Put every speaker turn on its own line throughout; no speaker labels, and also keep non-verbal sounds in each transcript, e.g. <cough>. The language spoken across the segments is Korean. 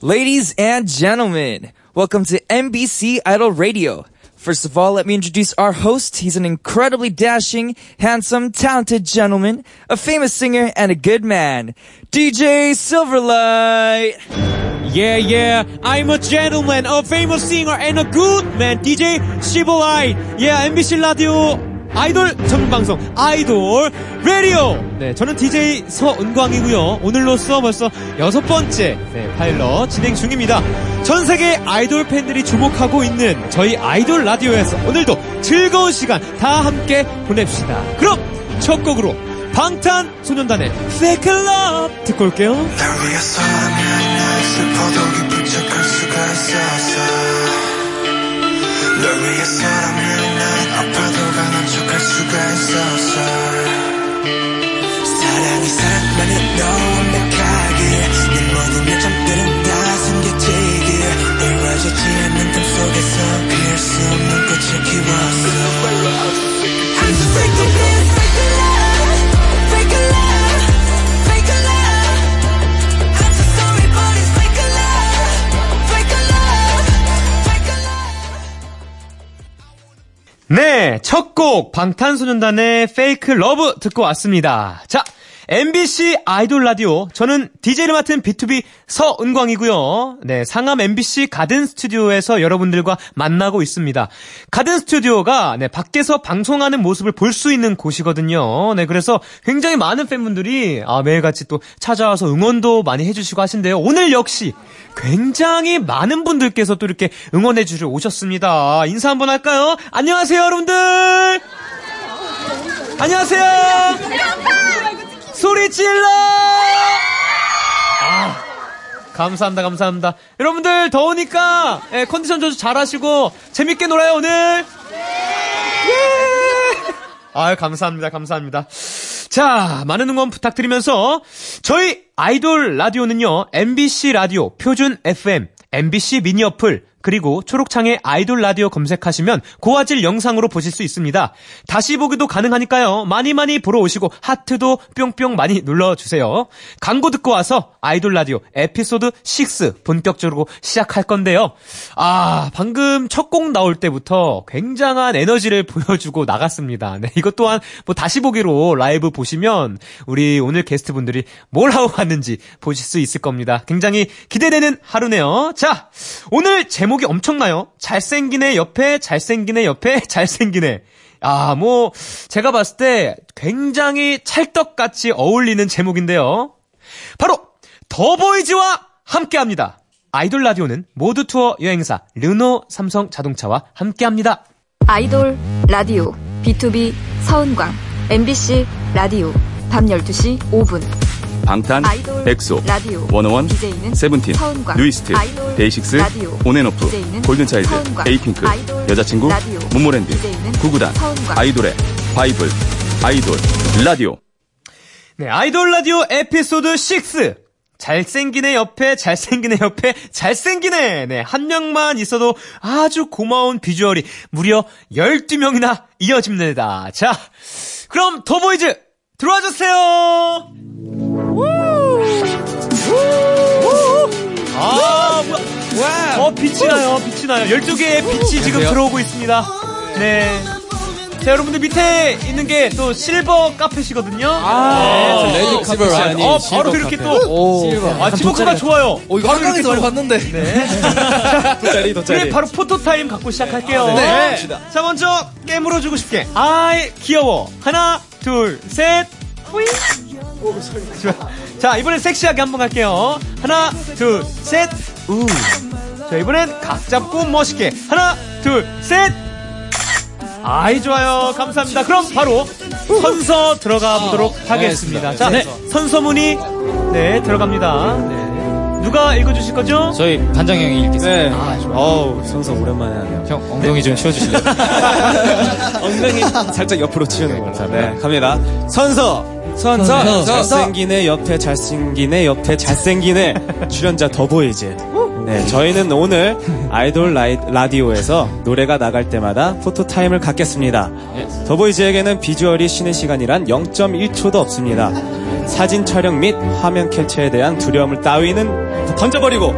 Ladies and gentlemen, welcome to NBC Idol Radio. First of all, let me introduce our host. He's an incredibly dashing, handsome, talented gentleman, a famous singer, and a good man. DJ Silverlight!
Yeah, yeah. I'm a gentleman, a famous singer, and a good man. DJ 시볼아이. Yeah, MBC 라디오 아이돌 전문 방송 아이돌 라디오. 네, 저는 DJ 서은광이고요. 오늘로써 벌써 여섯 번째 네, 파일럿 진행 중입니다. 전 세계 아이돌 팬들이 주목하고 있는 저희 아이돌 라디오에서 오늘도 즐거운 시간 다 함께 보냅시다. 그럼 첫 곡으로 방탄소년단의 Fake Love 듣고 올게요.
날 위해서라면 날 슬퍼도 기쁜 척할 수가 있었어 널 위해서라면 난 아파도 강한 척할 수가 있었어 사랑이 사랑만은 너 완벽하게 내 모든 내점들은 다 숨겨지길 이루어지지 않는 꿈 속에서 피할 수 없는 꽃을 키웠어 I'm just fake the love, fake the love, fake the love, fake the love I'm so sorry but it's fake the love, fake the love, fake the love
네, 첫 곡 방탄소년단의 페이크 러브 듣고 왔습니다. 자, MBC 아이돌 라디오 저는 DJ를 맡은 B2B 서은광이고요. 네, 상암 MBC 가든 스튜디오에서 여러분들과 만나고 있습니다. 가든 스튜디오가 네, 밖에서 방송하는 모습을 볼 수 있는 곳이거든요. 네, 그래서 굉장히 많은 팬분들이 아, 매일같이 또 찾아와서 응원도 많이 해주시고 하신데요. 오늘 역시 굉장히 많은 분들께서 또 이렇게 응원해 주러 오셨습니다. 인사 한번 할까요? 안녕하세요, 여러분들! 안녕하세요! 소리 질러! 아, 감사합니다, 감사합니다. 여러분들, 더우니까 예, 컨디션 조절 잘 하시고 재밌게 놀아요, 오늘! 예! 아유, 감사합니다, 감사합니다. 자, 많은 응원 부탁드리면서 저희 아이돌 라디오는요, MBC 라디오, 표준 FM, MBC 미니 어플, 그리고 초록창에 아이돌 라디오 검색하시면 고화질 영상으로 보실 수 있습니다. 다시 보기도 가능하니까요. 많이 많이 보러 오시고 하트도 뿅뿅 많이 눌러주세요. 광고 듣고 와서 아이돌 라디오 에피소드 6 본격적으로 시작할 건데요. 아, 방금 첫 곡 나올 때부터 굉장한 에너지를 <laughs> 보여주고 나갔습니다. 네, 이것 또한 뭐 다시 보기로 라이브 보시면 우리 오늘 게스트분들이 뭘 하고 갔는지 보실 수 있을 겁니다. 굉장히 기대되는 하루네요. 자, 오늘 제목이 엄청나요. 잘생기네 옆에 잘생기네 옆에 <laughs> 잘생기네. 아, 뭐 제가 봤을 때 굉장히 찰떡같이 어울리는 제목인데요. 바로 더보이즈와 함께합니다. 아이돌 라디오는 모두 투어 여행사 르노 삼성 자동차와 함께합니다.
아이돌 라디오 B2B 서은광 MBC 라디오 밤 12시 5분
방탄,
아이돌
엑소,
라디오
원어원,
DJ는
세븐틴,
서은광
뉴이스트,
아이돌
데이식스,
라디오
온앤오프,
DJ는
골든차일드,
서은광
에이핑크,
아이돌
여자친구,
라디오
문모랜드,
DJ는
구구단,
서은광
아이돌의 바이블, 아이돌, 라디오.
네, 아이돌 라디오 에피소드 6. 잘생기네 옆에, 잘생기네 옆에, 잘생기네! 네, 한 명만 있어도 아주 고마운 비주얼이 무려 12명이나 이어집니다. 자, 그럼 더보이즈 들어와 주세요! 아, 뭐야. 어, 빛이 나요, 빛이 나요. 12개의 빛이 지금 들어오고 있습니다. 네. 자, 여러분들 밑에 있는 게 또 실버 카펫이거든요. 아,
레드 카펫이 아닌
어,
실버
바로 이렇게 또. 아, 지목카가 좋아요.
어, 이거 한강에서 많이 봤는데.
돗자리,
네, 바로 포토타임 갖고 시작할게요.
네. 네.
자, 먼저 깨물어 주고 싶게. 아이, 귀여워. 하나, 둘, 셋. 뿌잉. 자, 이번엔 섹시하게 한번 갈게요. 하나, 둘, 셋. 우. 자, 이번엔 각 잡고 멋있게. 하나, 둘, 셋. 아이, 좋아요. 감사합니다. 그럼 바로 선서 들어가 보도록 하겠습니다. 자, 네. 아, 선서문이 네, 들어갑니다. 네. 누가 읽어 주실 거죠?
아, 저희 반장 형이
네.
읽겠습니다.
어우,
선서 오랜만에 하네요. 형, 엉덩이 좀 치워주실래요?
<laughs> 엉덩이 살짝 옆으로 치우는 걸로. 네, 갑니다. 선서! 선서! 잘생기네, 옆에 잘생기네, 옆에 잘생기네. 출연자 더보이즈. 네, 저희는 오늘 아이돌 라이, 라디오에서 노래가 나갈 때마다 포토타임을 갖겠습니다. 더보이즈에게는 비주얼이 쉬는 시간이란 0.1초도 없습니다. 사진 촬영 및 화면 캡처에 대한 두려움을 따위는 던져버리고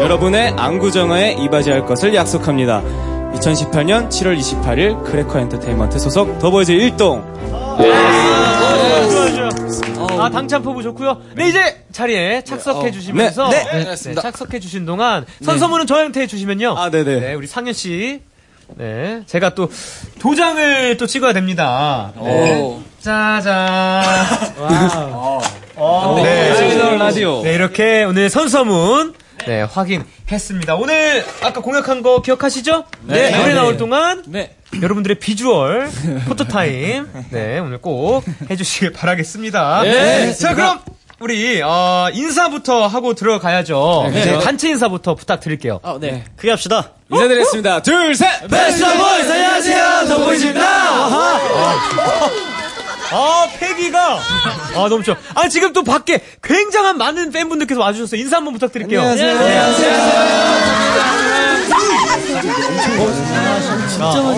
여러분의 안구정화에 이바지할 것을 약속합니다. 2018년 7월 28일 크래커 엔터테인먼트 소속 더보이즈 1동 네.
아, 당찬 포부 좋고요. 네, 이제 자리에 착석해 주시면서
네,
네, 착석해 주신 동안 선서문은 저한테 해 주시면요.
아 네네
네, 우리 상현 씨. 네, 제가 또 도장을 또 찍어야 됩니다. 네. 짜잔.
<laughs>
와우.
아,
어, 네.
아이돌 라디오.
네, 이렇게 오늘 선서문 네, 확인했습니다. 오늘 아까 공약한 거 기억하시죠? 네. 노래 나올 동안
네.
여러분들의 비주얼 포토 타임 네 오늘 꼭 해주시길 바라겠습니다.
네,
자 그럼 우리 어, 인사부터 하고 들어가야죠.
네, 그렇죠.
단체 인사부터 부탁드릴게요.
아, 네.
크게 합시다.
인사드리겠습니다. 둘 셋. 베스트 보이스 안녕하세요 더보이즈입니다.
아 패기가 아 너무 좋아. 아 지금 또 밖에 굉장한 많은 팬분들께서 와주셔서 인사 한번 부탁드릴게요. 네, 아,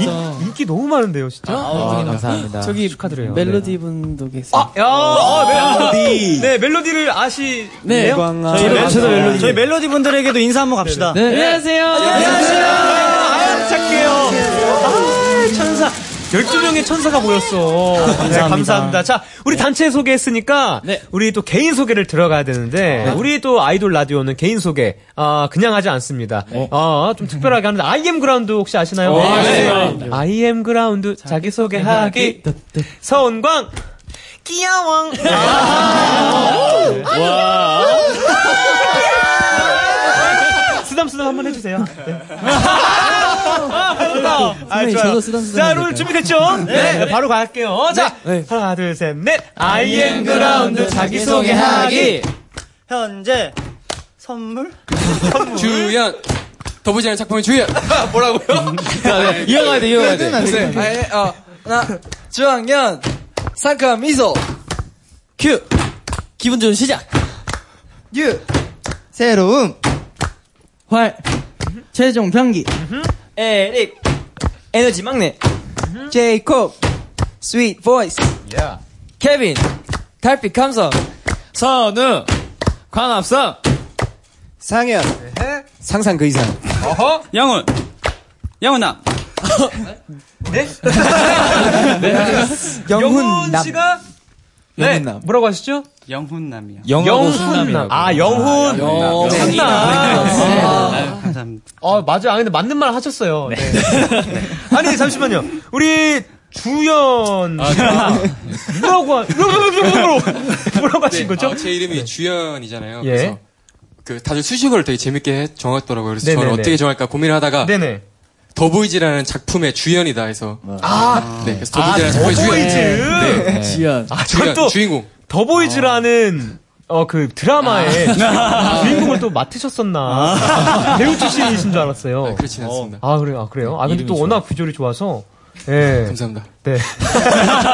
인, 인기 너무 많은데요 진짜. 아,
감사합니다.
저기 축하드려요. 네.
멜로디 분도 계세요.
아, 야, 아, 멜로디. 네, 멜로디를 아시.
네.
광아.
저희 멜- 저희 멜로디 분들에게도 인사 한번 갑시다.
네. 안녕하세요.
아, 착해요. 아, 천사. 12명의 천사가 모였어. 네, 감사합니다. 자, 우리 단체 소개했으니까,
네.
우리 또 개인 소개를 들어가야 되는데, 우리 또 아이돌 라디오는 개인 소개, 아, 그냥 하지 않습니다.
네.
아, 좀 특별하게 하는데, IM 그라운드 혹시 아시나요?
어, 네.
IM 그라운드 자기소개하기. 서은광! <laughs> 귀여워! 아, 네. 쓰담쓰담 한번 해주세요. 네. 아, 아,
선생님,
좋아요.
저도 쓰담쓰담
자,
해야
여러분 준비됐죠? 네. 바로 갈게요. 자, 하나, 둘, 셋, 넷. I am 그라운드 자기소개하기.
현재 선물?
<laughs> 주연. 더보이즈라는 작품의 주연. 뭐라고요? 이어가야 돼, 이어가야 돼.
아예 어 하나 주학년 상큼 미소
큐. 기분 좋은 시작.
유
새로움. 활. 최종 병기. 에릭. 에너지 막내. 제이콥. 스윗 보이스.
케빈 달빛 감성
선우. 광합성.
상현. 상상 그 이상.
양훈. 양훈아.
영훈 씨가 네.
영훈남.
뭐라고 하시죠?
영훈남이요.
영훈남. 아, 영훈. 영훈남.
아유, 감사합니다.
아, 맞아. 아, 근데 맞는 말 하셨어요. 네. <laughs> 아니, 잠시만요. 우리 주연.
아,
씨가
네.
뭐라고, 하, 뭐라고, 뭐라고 하신 거죠? 네.
아, 제 이름이 주연이잖아요.
예.
그래서 그 다들 수식어를 되게 재밌게 해- 정했더라고요. 그래서
네네네.
저를 어떻게 정할까 고민을 하다가
네네.
더보이즈라는 작품의 주연이다 해서
아,
네, 그래서
아,
더보이즈라는 작품의
더보이즈.
주연.
네.
지연.
아,
주연,
저또
주인공.
더보이즈라는 어 그 드라마의 주인공을 또 맡으셨었나 배우 출신이신 줄 알았어요.
네,
네,
그렇진 않습니다.
아 그래요, 아 그래요. 아 근데 또 워낙 비주얼이 좋아서 예,
감사합니다.
네. <laughs>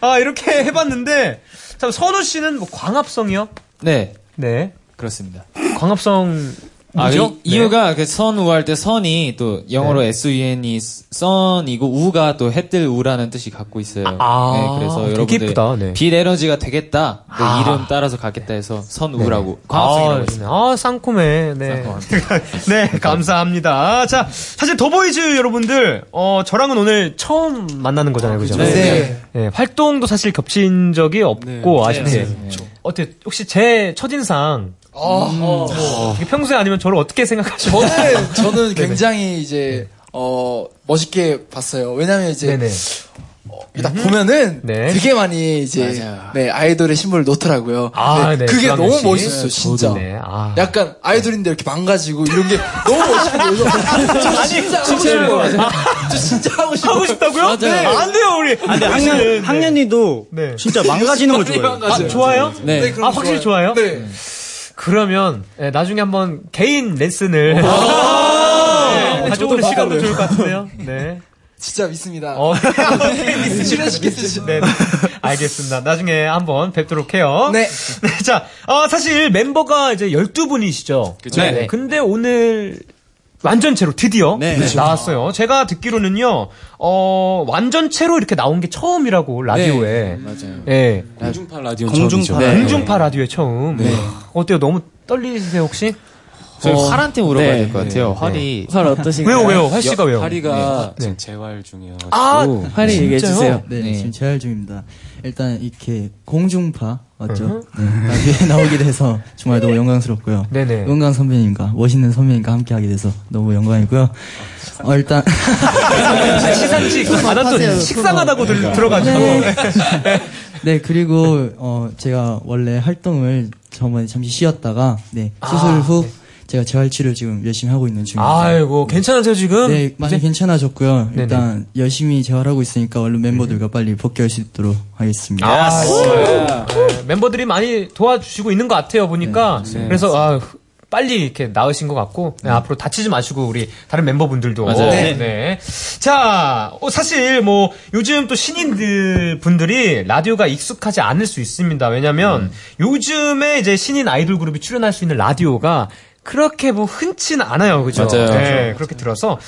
아 이렇게 해봤는데 참 선우 씨는 뭐 광합성이요?
네.
네,
그렇습니다.
광합성
아,
뭐죠?
네.
이, 이유가 그 선우 할 때 선이 또 영어로
네.
S-U-N이 선이고 우가 또 해뜰 우라는 뜻이 갖고 있어요.
아,
네, 그래서
되게
여러분들
예쁘다, 네.
빛 에너지가 되겠다. 그
아.
이름 따라서 가겠다 해서 선우라고
아,
광합성이라고 했어요.
아, 쌍콤해. 네. <laughs> 네, 감사합니다. 자, 사실 더보이즈 여러분들, 어, 저랑은 오늘 처음 만나는 거잖아요, 그죠?
그렇죠.
네.
네, 활동도 사실 겹친 적이
네,
없고,
그렇죠.
아쉽게. 어때, 혹시 제 첫인상,
아,
음, 뭐, 이게 평소에 아니면 저를 어떻게 생각하시나요?
어,
네,
저는
<laughs>
저는 굉장히 이제 어 멋있게 봤어요. 왜냐면 이제 어,
네네.
딱 보면은
네.
되게 많이 이제 네, 아이돌의 심볼을 놓더라고요.
아, 네,
그게
주한민
너무
씨.
멋있었어, 진짜.
네, 아.
약간 아이돌인데 이렇게 망가지고 이런 게 너무 멋있는 거예요. 아니, 진짜 하고 싶은 거 같아요. 저 진짜 하고 싶어요.
하고 싶다고요? 네. 안 돼요, 우리.
아, 근데 학년, 학년이도
네.
진짜 망가지는 거 좋아해요.
아, 좋아요?
네, 그런 거
아, 확실히 좋아요?
네.
그러면 예, 나중에 한번 개인 레슨을 <laughs> 네, 가져오는 시간도 좋을 것 같은데요. 네.
진짜 믿습니다.
어, <laughs>
실현시키듯이.
네, 네. 알겠습니다. 나중에 한번 뵙도록 해요.
네.
네, 자, 어, 사실 멤버가 이제 12분이시죠.
네.
근데 오늘 완전체로 드디어 네, 나왔어요. 제가 듣기로는요, 어, 완전체로 이렇게 나온 게 처음이라고 라디오에. 맞아요. 예.
공중파 라디오
공중파.
처음이죠.
네.
공중파 라디오에 처음. 어때요? 너무 떨리세요, 혹시?
저희
어.
활한테 물어봐야
네.
될 것 같아요.
네.
활이
네. 활 어떠신가요? 왜요, 왜요? 활 씨가 왜요?
활이가
네. 지금 재활 중이에요.
아,
활이
진짜요?
얘기해 주세요. 네,
네.
지금 재활 중입니다. 일단 이렇게 공중파 맞죠?
음.
네, 나중에 <laughs> 나오게 돼서 정말 너무 영광스럽고요.
네네.
은강 선배님과 멋있는 선배님과 함께 하게 돼서 너무 영광이고요. 어, 일단 <laughs>
시상식
아,
받았더니
파세요.
식상하다고 들- 들어가지고.
네. 네 그리고 어 제가 원래 활동을 저번에 잠시 쉬었다가 네 수술 후 제가 재활 치료 지금 열심히 하고 있는 중입니다.
아이고 괜찮으세요 지금?
네 많이 괜찮아졌고요. 일단 열심히 재활하고 있으니까 얼른 멤버들과 빨리 복귀할 수 있도록 하겠습니다.
아, 진짜요? 네, 멤버들이 많이 도와주시고 있는 것 같아요
네,
보니까 그래서 아, 빨리 이렇게 나으신 것 같고 네, 앞으로 다치지 마시고 우리 다른 멤버분들도
음. 맞아요.
네.
네.
네. 자 어, 사실 뭐 요즘 또 신인들 분들이 라디오가 익숙하지 않을 수 있습니다 왜냐면
음.
요즘에 이제 신인 아이돌 그룹이 출연할 수 있는 라디오가 그렇게 뭐 흔치는 않아요, 그죠?
맞아요.
네,
맞아요.
그렇게 들어서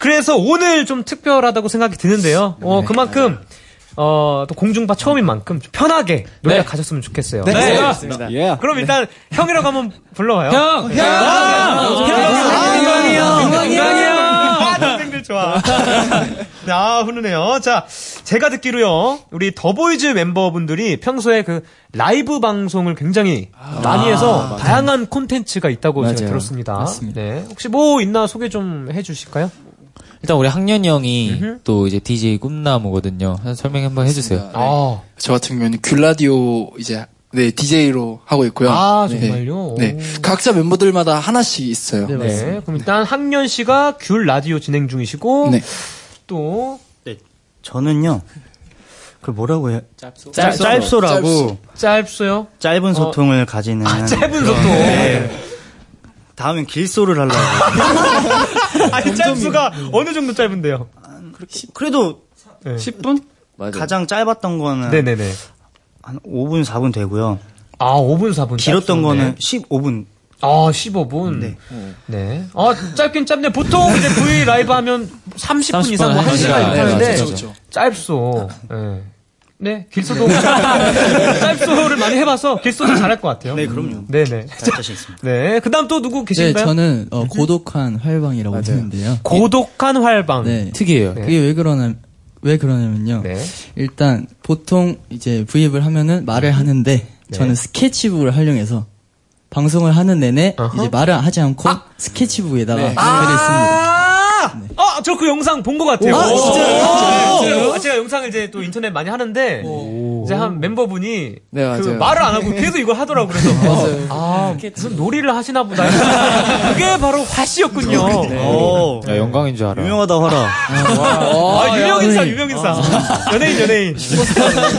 그래서 오늘 좀 특별하다고 생각이 드는데요. 어 그만큼 어, 또 공중파 처음인 만큼 좀 편하게 노래가 가셨으면 좋겠어요.
네, 네,
자,
알겠습니다. 예.
그럼 일단 형이라고 한번 불러봐요.
형! 형!
아,
형!
은광이 형!
은광이 형!
은광이 형! 아, 동생들 좋아. <laughs> 아, 훈훈해요. 자, 제가 듣기로요, 우리 더보이즈 멤버분들이 평소에 그 라이브 방송을 굉장히 많이 해서
맞아요.
다양한 콘텐츠가 있다고 제가
맞아요.
들었습니다.
맞습니다.
네. 혹시 뭐 있나 소개 좀 해주실까요?
일단 우리 학년 형이 또 이제 DJ 꿈나무거든요. 설명 한번 해주세요.
아.
저 같은 경우는 귤라디오 이제 네 DJ로 하고 있고요.
아, 정말요?
네, 네. 각자 멤버들마다 하나씩 있어요.
네, 그럼 일단 학년 씨가 귤 라디오 진행 중이시고,
네.
또,
저는요. 그 뭐라고 해요?
짭소?
짤소. 라고
짧소요? 어.
짧은 소통을 가지는
아, 짧은
그런-
소통.
네. 다음엔 길소를 하려고.
아니, 짧수가 어느 정도 짧은데요?
그래도
10분?
가장 짧았던 거는
네네네.
한 5분 4분 되고요.
아, 5분 4분. 짧은데.
길었던 거는 15분.
아, 15분. 네. 네. 아, 짧긴 짧네. 보통 이제 V 라이브 하면 30분,
30분,
이상, 뭐 1시간 이렇게
네,
하는데,
맞죠,
그렇죠,
맞죠.
짧소. 네. 네, 길소도. <laughs> 짧소를 많이 해봐서 길소도 잘할 것 같아요. 네, 그럼요. 네네. 네. 그 다음 또 누구
네
계신가요? 음.
저는 어, 고독한 활방이라고 했는데요.
고독한 활방.
네.
특이해요.
그게 왜 그러냐 왜 그러냐면요.
네.
일단 보통 이제 브이앱을 하면은 말을 하는데 저는 스케치북을 활용해서 방송을 하는 내내 이제 말을 하지 않고 스케치북에다가
네.
글을 씁니다.
아, 저 그 영상 본 것 같아요.
오, 아, 진짜요?
오,
진짜요?
아, 제가 영상을 이제 또 인터넷 많이 하는데, 이제 한 멤버분이
네,
그
맞아요.
말을 안 하고 계속 이걸 하더라고 그래서
맞아요.
아, 무슨 놀이를 하시나 보다. 그게 바로 화씨였군요. 어.
오.
야, 영광인 줄 알아.
유명하다 화라.
아, 유명 인사,
네.
유명 인사. 연예인, 연예인. <laughs>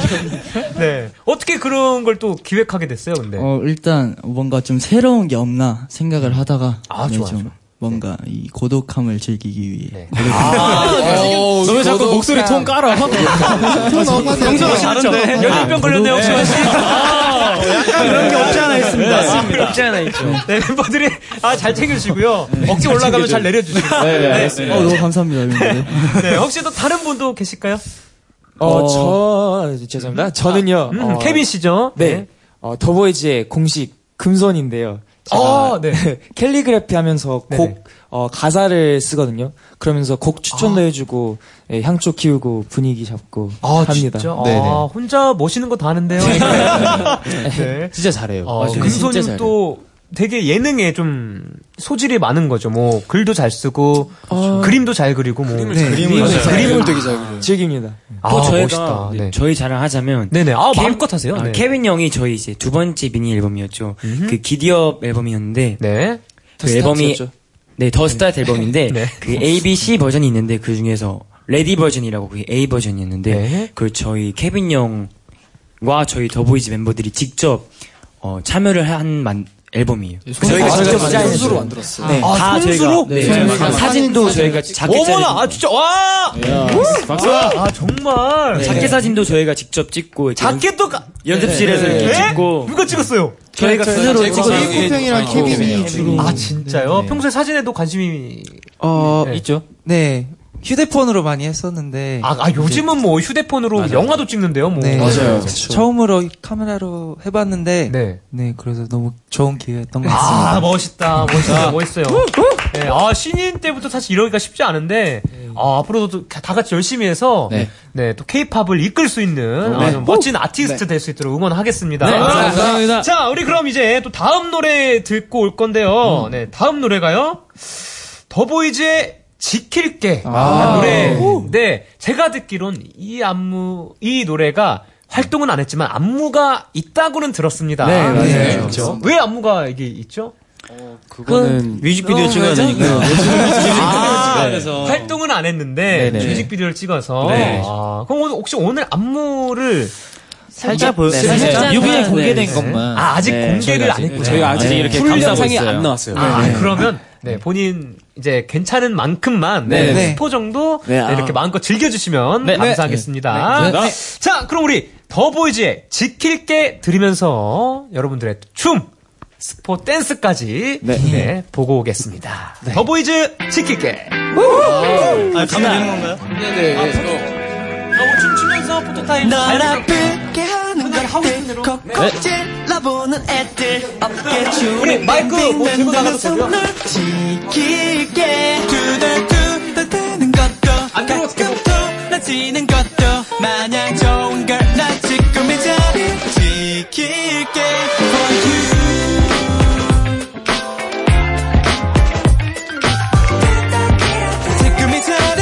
네. 어떻게 그런 걸 또 기획하게 됐어요, 근데?
어, 일단 뭔가 좀 새로운 게 없나 생각을 하다가
아,
네,
좋아,
좀 뭔가 이 고독함을 즐기기 위해
너 왜 자꾸 목소리 톤 깔아?
평소가 다른데.
연예병 걸렸네요, 혹시 화씨? 아, 약간 그런 게 없지 않아 있습니다.
없지 않아 있죠.
네, 멤버들이, 아, 잘 챙겨주시고요. 억지 올라가면 잘 내려주시고.
네, 네, 알겠습니다.
어, 너무 감사합니다. 여러분들.
네, 혹시 또 다른 분도 계실까요?
어, 저 죄송합니다. 저는요.
음,
어,
케빈
씨죠.
네.
네.
어, 더보이즈의 공식 금손인데요. 제가
어, 네.
캘리그래피 하면서
네.
곡 어, 가사를 쓰거든요. 그러면서 곡
아.
추천도 해주고 예, 향초 키우고 분위기 잡고 합니다.
진짜?
네네.
아, 혼자 멋있는 거 다 하는데요. 네.
진짜
아,
잘해요.
어, 금손님 또 되게 예능에 좀 소질이 많은 거죠. 뭐 글도 잘 쓰고
그렇죠.
어, 그림도 잘 그리고 뭐 그림을,
잘 아. 그리고 그림을 잘
그림을
그리고
되게
잘 그려요.
즐깁니다.
또
아,
저희가
멋있다. 네.
저희 자랑 하자면
네네. 아, 마음껏 하세요. 네.
케빈 형이 저희 이제 두 번째 미니 앨범이었죠. 그 기디업 앨범이었는데
네.
더
그 앨범이
스타트였죠.
네, 더 스타트
<laughs>
앨범인데 그 A, B, C 버전이 있는데 그 중에서 레디 버전이라고 그게 A 버전이었는데
네.
그걸 저희 케빈 형과 저희 더보이즈 멤버들이 직접 어, 참여를 한 만, 앨범이에요. 저희가
아,
직접
손수로
디자인했어요.
만들었어요.
네,
아,
다
손수로?
저희가 네, 저희가
사진,
사진도 저희가 작게
어머나, 아 진짜 와! 우!
박수!
아 정말
작게 네. 사진도 저희가 직접 찍고 이제
작게 또 가-
연- 연습실에서
네.
이렇게
네?
찍고
누가 찍었어요?
저희가 스스로 찍어서
코평이랑
네.
케빈이 주로
아 진짜요? 평소에 사진에도 관심이
어, 있죠. 네.
휴대폰으로 많이 했었는데
아, 아, 요즘은 뭐 휴대폰으로 영화도 찍는데요, 뭐.
네, 처음으로 카메라로 해봤는데 네. 그래서 너무 좋은 기회였던 것 같습니다.
아, 멋있다, 멋있다, 멋있어요. 네, 아, 신인 때부터 사실 이러기가 쉽지 않은데, 아, 앞으로도 다 같이 열심히 해서, 네,
음. 네.
또 케이팝을 이끌 수 있는
네.
아, 좀 멋진 아티스트 될 수 있도록 응원하겠습니다.
네, 감사합니다.
자, 우리 그럼 이제 또 다음 노래 듣고 올 건데요. 네, 다음 노래가요. 더보이즈의 지킬게
아.
노래인데 네, 제가 듣기론 이 안무 이 노래가 활동은 안 했지만 안무가 있다고는 들었습니다.
네, 맞아요. 네,
그렇죠.
그렇죠.
왜 안무가 이게 있죠?
어, 그거는 뮤직비디오 찍어야 되니까. 네.
아,
뮤직비디오 찍어야
활동은 안 했는데
네, 네.
뮤직비디오를 찍어서
네.
아, 그럼 오늘 혹시 오늘 안무를
살짝 보여-
아,
살짝 뮤비에 공개된 것만.
아, 아직
네,
공개를
저희가
안
아직-
했군요.
저희가 아직 이렇게
풀
감싸고
영상이
있어요. 아,
아,
네.
그러면 네, 본인 이제 괜찮은 만큼만
네,
네,
네.
스포 정도
네,
네, 이렇게
아.
마음껏 즐겨주시면
네,
감사하겠습니다.
네, 네. 네.
자, 그럼 우리 더보이즈의 지킬게 들으면서 여러분들의 춤, 스포 댄스까지 네, 보고 오겠습니다. 더보이즈 지킬게.
아, 가면 되는 건가요?
네네.
너무 춤추면서 포토타임.
날
잘
아프게 하는 걸 하고 있는 대로
네.
콕콕 찔러보는 애들 어깨
우리
주름
마이크 뭐 들고 나가도
빙빙대면서
되고요.
널 지킬게 두들두들 대는 것도 가끔 돌아지는 것도 마냥 좋은 걸나 지금 이 자리 지킬게 For you 지금 이 자리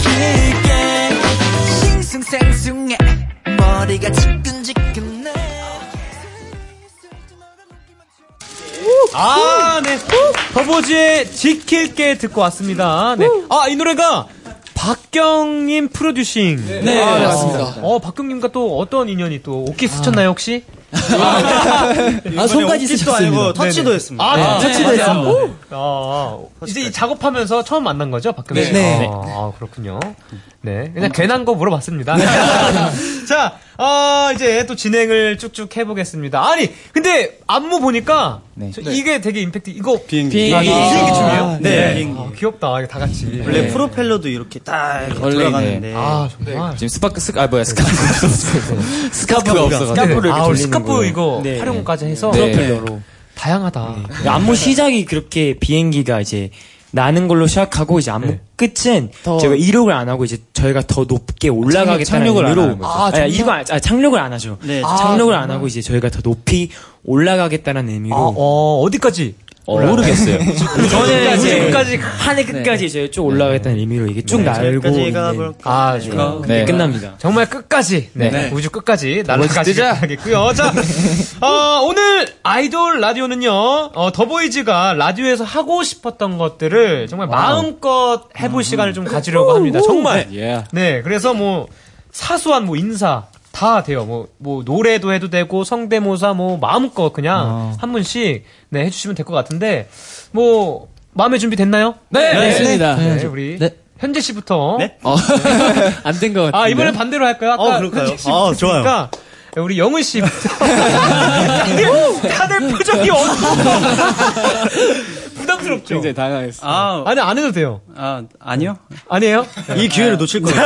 지킬게 싱숭생숭해 머리가 지끈지끈
아, 네. 더보즈의 지킬게 듣고 왔습니다. 네. 아, 이 노래가 박경님 프로듀싱.
네, 네,
아,
맞습니다.
어, 박경님과 또 어떤 인연이 또 옷깃 스쳤나요, 혹시?
아, 손까지
옷깃도
스쳤습니다.
아니고,
터치도
네네.
했습니다.
아,
네,
네,
터치도
맞아요.
했습니다.
오! 아, 아. 이제 이 작업하면서 처음 만난 거죠, 박경님?
네. 네.
아, 아, 그렇군요. 네. 그냥 괜한 거 물어봤습니다.
네.
<laughs> 자, 아, 이제 또 진행을 쭉쭉 해보겠습니다. 아니, 근데 안무 보니까 저 이게 되게 임팩트, 이거 비행기,
네.
비행기.
아, 비행기 춤이에요?
아, 네, 비행기.
아, 귀엽다, 이거 다 같이. 네.
원래 프로펠러도 이렇게 딱 이렇게 돌아가는데.
아, 정말.
지금 스파크 스, 아 뭐야 스카프 스카프가
스카프가.
네.
없어가지고
스카프를 이렇게 아, 돌리는 스카프
거예요.
이거
네.
활용까지 해서.
네.
프로펠러로. 다양하다.
안무 시작이 그렇게 비행기가 이제 나는 걸로 시작하고 이제 안무 끝은 제가 이륙을 안 하고 이제 저희가 더 높게 올라가겠다는
착륙을 안
의미로
하는 거죠.
아,
정말?
이거 아, 아, 착륙을 안 하죠.
네,
아, 착륙을 안 하고 이제 저희가 더 높이 올라가겠다는 의미로
어, 어디까지?
모르겠어요. 저는 이제
끝까지
네.
하늘 끝까지 이제 쭉 올라가겠다는 의미로 이게 쭉 날고 있는
아, 좋아.
그게
네.
끝납니다.
정말 끝까지, 네.
네.
우주 끝까지
뜨자.
날아가시겠고요. 자, 어, 오늘 아이돌 라디오는요, 어, 더보이즈가 라디오에서 하고 싶었던 것들을 정말
와우.
마음껏 해볼 시간을 좀 가지려고 합니다. 정말. 네, 그래서 뭐 사소한 뭐 인사 다 돼요. 뭐, 뭐 노래도 해도 되고 성대모사 뭐 마음껏 그냥 한 분씩 네 해주시면 될 것 같은데 뭐 마음의 준비 됐나요?
네, 네, 됐습니다.
네,
네.
우리 현재 씨부터.
<laughs> 안 된 것 같아요.
아 이번엔 반대로 할까요? 아까
어, 그럴까요?
현재 씨
아, 좋아요.
했으니까 우리 영훈 씨부터. 다들, 다들 표정이 어두워. 부담스럽죠?
굉장히 당황했어요.
아, 아니 안 해도 돼요.
아, 아니요?
아니에요?
이 기회를 놓칠 거예요.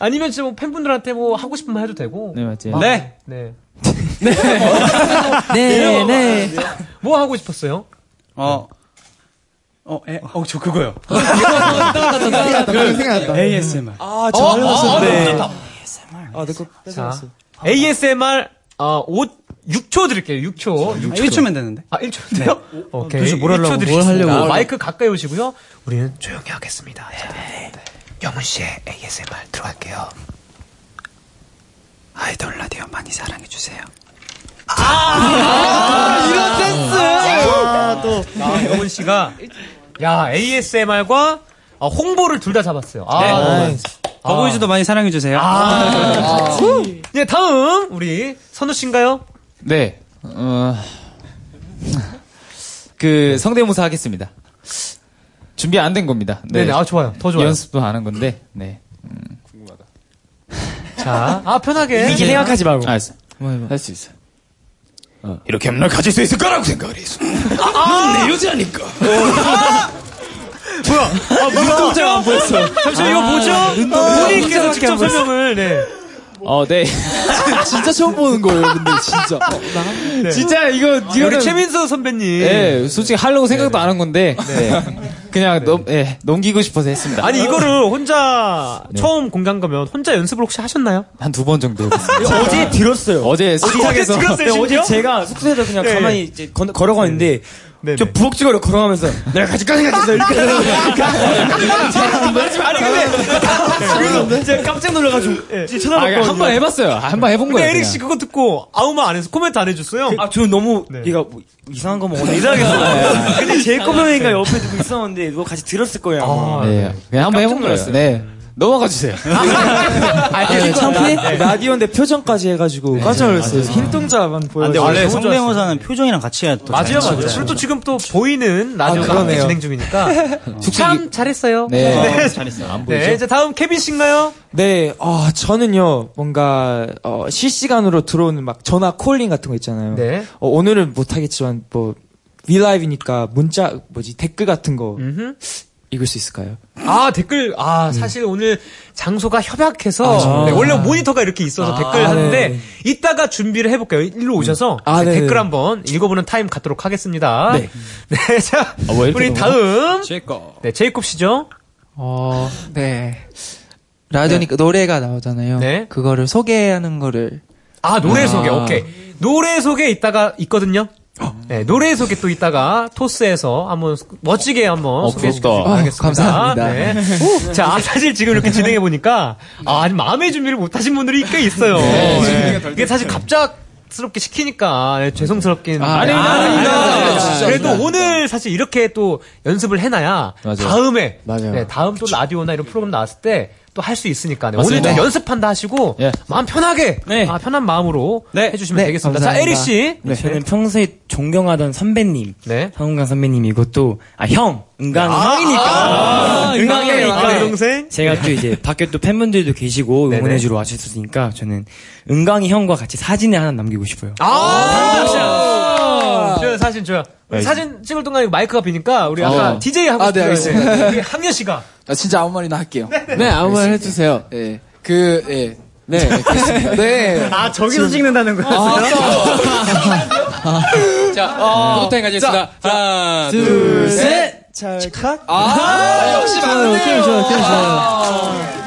아니면 지금 팬분들한테 뭐 하고 싶은 말 해도 되고.
네, 맞아요.
아,
네.
네. <laughs>
네,
네. 뭐 하고 싶었어요?
어. 어, 에, 어, 저 그거요. ASMR.
아,
저 하려고 했었는데.
아, 내거 자, ASMR 아, 5 6초 드릴게요. 6초. 6초.
1초면 되는데.
아, 1초인데요? 오케이.
도대체 뭘 하려고,
1초
뭘
드리겠습니다.
하려고.
마이크 가까이 오시고요. 우리는 조용히 하겠습니다. 자, 네. 영훈 씨의 ASMR 들어갈게요.
아이돌 라디오 많이 사랑해주세요.
이런 센스! 아, 또. 아, 영훈 씨가, 야, ASMR과 어, 홍보를 둘 다 잡았어요. 아,
네.
너무
더보이즈도 많이 사랑해주세요.
아. 네, 다음 우리 선우 씨인가요?
네. 어, 그 성대모사 하겠습니다. 준비 안 된 겁니다.
네네, 아, 좋아요. 더 좋아요.
연습도 안 한 건데. 네.
자, 아 편하게.
미리 생각하지 말고. 네. 아, 알았어.
할 수 있어.
어,
이렇게
아!
<laughs>
하면 날 가질 수 있을 거라고 생각을 했어. 넌내 여자니까.
뭐야? 아,
눈 동자가 안 보였어.
잠시만, 이거
아,
뭐죠?
눈 동자가
본인께서
안
직접
보였어.
설명을, 네.
어, 네.
진짜 처음 보는 거예요, 근데 진짜.
네.
진짜 이거
우리
이거는-
최민서 선배님.
네, 솔직히 하려고 생각도 안 한 건데 네. 그냥 넘, 예, 넘기고 싶어서 했습니다.
아니 이거를 혼자 처음 공간 가면 혼자 연습을 혹시 하셨나요?
한 두 번 정도.
어제 들었어요.
어제
숙박에서. 어제 들었어요,
네,
심지어?
어제 제가 숙소에서 그냥
네.
가만히 이제 건- 걸어가는데 저 부엌지거리 걸어가면서 내가 가지까지 갔어 이렇게
아니 근데 제가 깜짝 놀라가지고 진짜 쳐다봤거든요.
아, 한번 해봤어요. 한번 해본
근데
거예요,
에릭 씨 그거 듣고 아무 말 안 해서 코멘트 안 해줬어요. 아 저는 너무 얘가 이상한 거 먹었나
네.
이상하겠어. 근데 제이콥 형이가
옆에
옆에 두고 있었는데 뭐 같이 들었을 거예요. 아마.
네. 그냥 한번 해본 거예요.
놀랐어요.
네. 넘어가 주세요.
아, 네.
아니, 창피해? 라디오인데 표정까지 해가지고 깜짝 놀랐어요. 흰 동자만 보여.
근데 원래 네, 성대모사는 표정이랑 같이 해야 또
맞아요,
잘
맞아요.
나오죠.
그리고 또 지금 또 보이는 라디오가 함께
그러네요.
진행 중이니까 참 잘했어요.
잘했어요.
안
네, 이제 다음 케빈 씨인가요?
네, 어, 저는요, 뭔가, 어, 실시간으로 들어오는 막 전화 콜링 같은 거 있잖아요.
네.
어, 오늘은 못하겠지만, 뭐, 위라이브니까 문자, 뭐지, 댓글 같은 거 읽을 수 있을까요?
아 댓글 아 사실 오늘 장소가 협약해서
아,
네, 원래 모니터가 이렇게 있어서
아,
댓글 하는데
네.
이따가 준비를 해볼게요 일로 오셔서
아,
네,
네,
댓글
네.
한번 읽어보는 타임 갖도록 하겠습니다 <laughs> 네, 자
뭐 이렇게
우리
넘어가?
다음
제이콥
네 제이콥 씨죠
어, 네. 라디오니까
네.
노래가 나오잖아요.
네.
네.
그거를 소개하는 거를.
아 노래
아.
소개 오케이 노래 소개 이따가 있거든요 네 노래 소개 또 이따가 토스에서 한번 멋지게 한번
어,
소개해 주시기
부럽다.
바라겠습니다
감사합니다.
네. 자 사실 지금 이렇게 진행해 보니까 아 아직 마음의 준비를 못하신 분들이 꽤 있어요
네,
네.
준비가 덜
이게 사실 갑작스럽게 시키니까 네, 죄송스럽긴
아, 아닙니다. 아닙니다. 진짜
그래도
아닙니다.
오늘 사실 이렇게 또 연습을 해놔야
맞아요.
다음에
맞아요.
네, 다음 또 라디오나 이런 프로그램 나왔을 때 또 할 수 있으니까 네, 오늘
맞습니다. 예.
좀 연습한다 하시고 마음 편하게 아, 편한 마음으로
네,
해주시면 되겠습니다. 자, 에릭 씨.
네, 저는 평소에 존경하던 선배님,
네.
성은강 선배님 이것도 아 형, 은강
아,
형이니까,
아,
은강
은강이에요,
형이니까.
은강 동생.
제가 또
<laughs>
이제 밖에 또 팬분들도 계시고 응원해주러 와주셨으니까 저는 은강이 형과 같이 사진을 하나 남기고 싶어요.
아,
줘요, 아. 사진 줘요. 우리
네.
사진 찍을 동안 이거 마이크가 비니까 우리 아까
어.
DJ 하고
아, 네, 알겠습니다.
우리 한여 씨가.
아, 진짜 아무 말이나 할게요. 네,
아무 말
해주세요. 예. 그, 예. 네, 네, 그렇습니다. 네. 아,
아, 저기서 찍는다는 거였어요?
자, 어, 포토타임 가지겠습니다. 하나, 둘, 셋!
찰칵.
아, 역시 맞네요.
게임 좋아요, 게임 좋아요.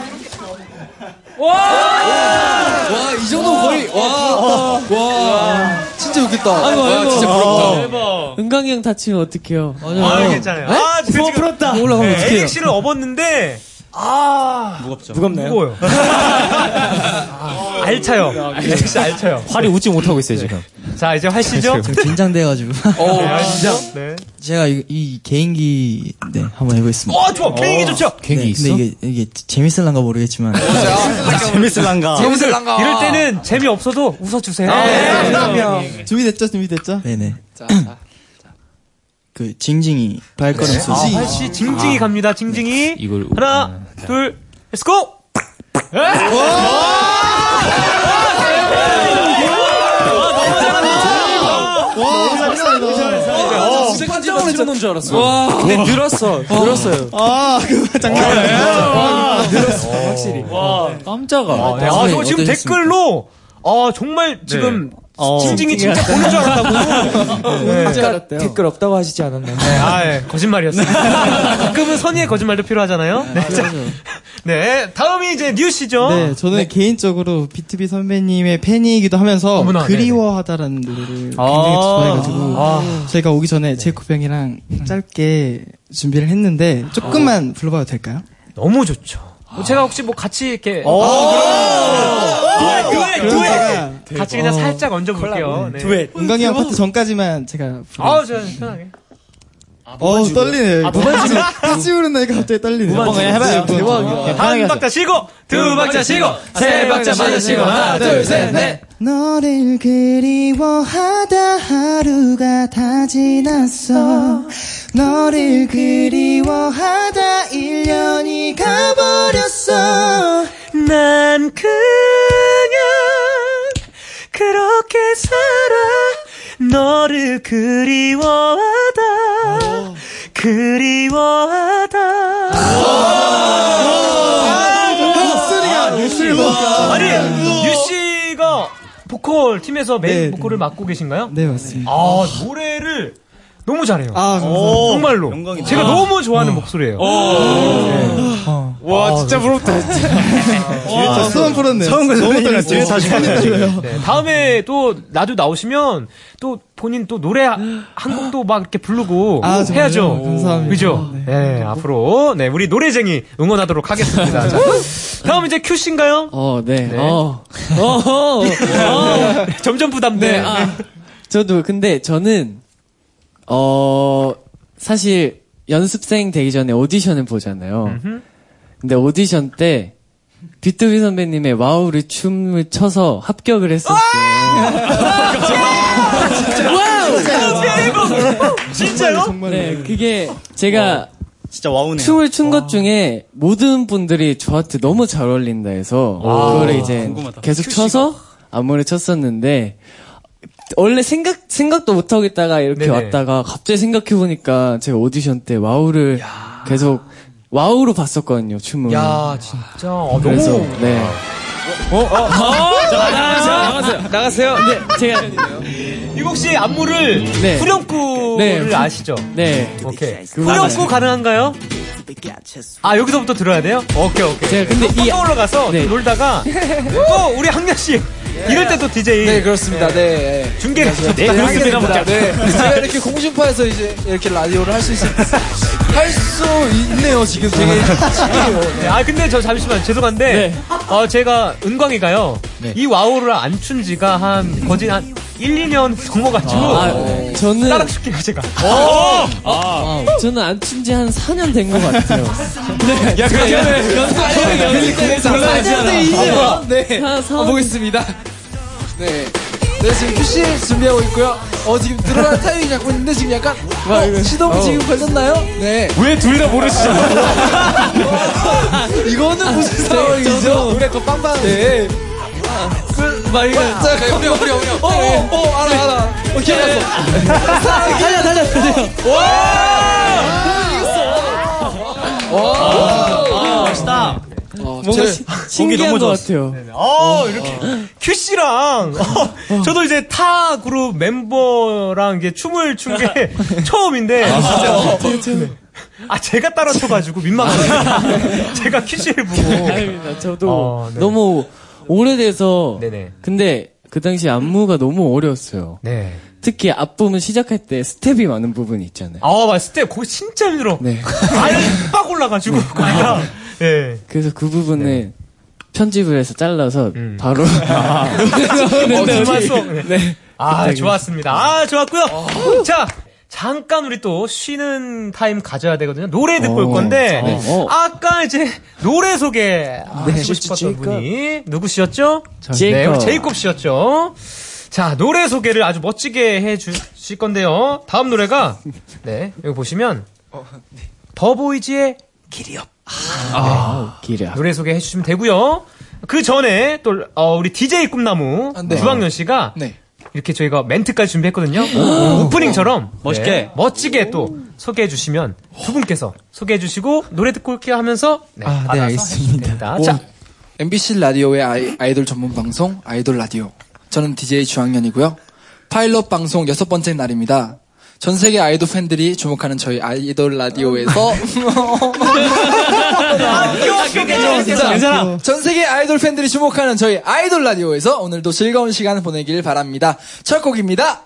와, 이 정도면 거의, 와, 와, 진짜 웃겠다.
아이고,
와,
아이고.
진짜 부럽다.
은강이 형 다치면 어떡해요?
아, 괜찮아요. 아, 지금 지금
부럽다. 올라가면
네,
어떡해요?
에릭 씨를 업었는데 아 무겁죠. <laughs>
무겁나요?
무거워요. 아, 알차요. 에릭 씨 알차요. 네.
활이 웃지 못하고 있어요, 지금.
자, 이제 활 씨죠?
좀
<laughs>
긴장돼가지고.
아, 진짜? 네.
제가 이, 이 개인기 네 한번 해보겠습니다.
어, 좋아. 개인기 좋죠?
개인기 있어? 네. 근데 이게 이게 재밌을란가 모르겠지만.
재밌을랑가.
이럴 때는 재미 없어도 웃어주세요. 네.
준비됐죠? 준비됐죠? 네네. 그 징징이 발걸음 소리.
아, 활씨 징징이 갑니다. 징징이.
이걸
하나, 둘, 렛츠고!
판정을 했는 줄 알았어.
와, 근데 늘었어, 늘었어요.
아, 그 장난.
아,
늘었어, 확실히. 와,
깜짝아.
아, 네. 아, 저 지금 댓글로 아 정말 지금 징징이 진짜 보는 줄 알았다고.
아까 댓글 없다고 하시지 않았나요?
네, 아, 예. <laughs> 거짓말이었어요. 가끔은 선의의 거짓말도 필요하잖아요. 네, 자, 네, 다음이 이제 뉴 씨죠.
네, 저는 개인적으로 B2B 선배님의 팬이기도 하면서
어머나, 네,
그리워하다라는 노래를 굉장히
아.
좋아해가지고
아. 음.
제가 오기 전에 제이콥 형이랑 짧게 준비를 했는데 조금만 불러봐도 될까요?
너무 좋죠. 뭐 제가 혹시 뭐 같이 이렇게
오.
아,
오.
듀엣, 듀엣,
그럼
듀엣. 같이 그냥
어.
살짝 얹어볼게요. 네.
은광이 형 파트 전까지만 제가
아, 저 편하게.
어 떨리네.
아, 무반주.
같이 부르니까 갑자기 떨리네.
무반주. 그냥 해봐요. 한 박자 쉬고, 두 박자 쉬고, 세 박자 맞아 쉬고, 네. 하나, 둘, 셋, 넷.
너를 그리워하다 하루가 다 지났어 너를 그리워하다 1년이 가버렸어
난 그냥 그렇게 살아 너를 그리워하다 그리워하다 어. 네. 보컬 팀에서 메인 보컬을 맡고 계신가요?
네 맞습니다.
네. 아 노래를 너무 잘해요.
아, 감사합니다.
오, 정말로
영광이네요.
제가
아.
너무 좋아하는 어. 목소리예요.
와 진짜 부럽다.
아,
와, 수원 풀었네요. 너무 떨렸어요.
네, 다음에 또 라디오 나오시면 또 본인 또 노래 한 곡도 막 이렇게 부르고
아, 정말요?
해야죠.
감사합니다.
그죠? 네. 앞으로 네 우리 노래쟁이 응원하도록 하겠습니다. 자, 다음 이제 큐 씨인가요?
어, 네.
네.
어. 어. 어.
<laughs> 점점 부담돼.
네. 아, 저도 근데 저는 어 사실 연습생 되기 전에 오디션을 보잖아요. 근데 오디션 때 비투비 선배님의 와우를 춤을 춰서 합격을 <laughs> 했었어요.
진짜요?
네, 그게 제가 춤을 춘 것 중에 모든 분들이 저한테 너무 잘 어울린다 해서
와.
그거를 이제
궁금하다.
계속 쳐서 안무를 쳤었는데 원래 생각 생각도 못 하고 있다가 이렇게
네네.
왔다가 갑자기 생각해 보니까 제가 오디션 때 와우를 계속 와우로 봤었거든요 춤을.
야 진짜 어,
그래서
너무
네.
어, 어, 어.
아, 자, 나가세요,
나가세요. 나가세요.
근데 제가
이거 혹시 안무를
네.
후렴구를
네.
아시죠?
네.
오케이.
그거
후렴구
알아요.
가능한가요? 아 여기서부터 들어야 돼요? 오케이 오케이.
제가 근데
네, 또 떠올라가서 놀다가 또 우리 한결 씨 이럴 때 또 DJ. 네
그렇습니다. 네.
중계를
네,
네 그렇게 내가 보자.
네. 제가 이렇게 공중파에서 이제 이렇게 라디오를 할 수 있을 할수 있네요. 지금 되게
네, 아 근데 저 잠시만 죄송한데 어, 제가 은광이가요 이 와우를 안 춘 지가 한 거진 한 1, 2년 넘어가지고
아, 저는
따라 춥게요 제가
네.
아, 아, 저는 안 춘 지 한 4년 된 것 같아요.
야, 그래, 야, 그래.
연습-
아니, 아니, 아니,
연습-
그래,
연습-
그래,
연습-
그래.
연습-
이제
와. 네.
사- 사-
가보겠습니다. 네. 네, 지금 QC 준비하고 있고요. 어, 지금 드러난 타이밍 잡고 있는데 지금 약간 어, 시동이
어.
지금 걸렸나요? 네.
왜 둘 다 모르시죠?
이거는 무슨 상황이죠? 노래 또 빵빵. 네.
그,
막 이거 자, 가요. 우리 우리 우리. 어, 어, 어, 알아 알아. 오케이
네.
알았어. 사랑해. 달려 달려 달려.
아,
멋있다.
제-
뭔가 시,
보기
신기한
너무
것
좋았어.
같아요.
어, 이렇게 큐 씨랑 어, 저도 이제 타 그룹 멤버랑 이제 춤을 춘 게 처음인데
아, 진짜요?
어, 아 제가 따라 춰가지고 민망하네요. 제가 큐 씨를 보고
<laughs> 아닙니다. 저도
어, 네.
너무 오래돼서 근데 그 당시 안무가 너무 어려웠어요.
네.
특히 앞부분 시작할 때 스텝이 많은 부분이 있잖아요.
아 맞을 때 그거 진짜 힘들어. <laughs>
네.
아예 빡 올라가지고 거기가 예.
그래서 그 부분을
네.
편집을 해서 잘라서
<laughs>
바로
음. 아.
<laughs>
어, 김한수.
네.
아
갑자기.
좋았습니다. 아 좋았고요. 자 잠깐 우리 또 쉬는 타임 가져야 되거든요. 노래 듣고 올 건데
네. 어.
아까 이제 노래 소개 아, 하시고 싶었던 분이 누구시였죠?
제이콥.
네, 우리 제이콥 씨였죠. 자 노래 소개를 아주 멋지게 해주실 건데요. 다음 노래가 네 여기 보시면 더보이즈의 길이업.
아, 길이야.
노래 소개해 주시면 되고요. 그 전에 또 어, 우리 DJ 꿈나무
네.
주방연 씨가 이렇게 저희가 멘트까지 준비했거든요.
오.
오프닝처럼 네.
멋있게.
멋지게 또 소개해 주시면 두 분께서 소개해 주시고 노래 듣고 올게요 하면서 네,
아,
받아서 해주시면 됩니다.
자,
자,
MBC 라디오의 아이, 아이돌 전문 방송 아이돌 라디오. 저는 DJ 주학년이고요. 파일럿 방송 여섯 번째 날입니다. 전 세계 아이돌 팬들이 주목하는 저희 아이돌 라디오에서
괜찮아.
전 세계 아이돌 팬들이 주목하는 저희 아이돌 라디오에서 오늘도 즐거운 시간 보내길 바랍니다. 첫 곡입니다.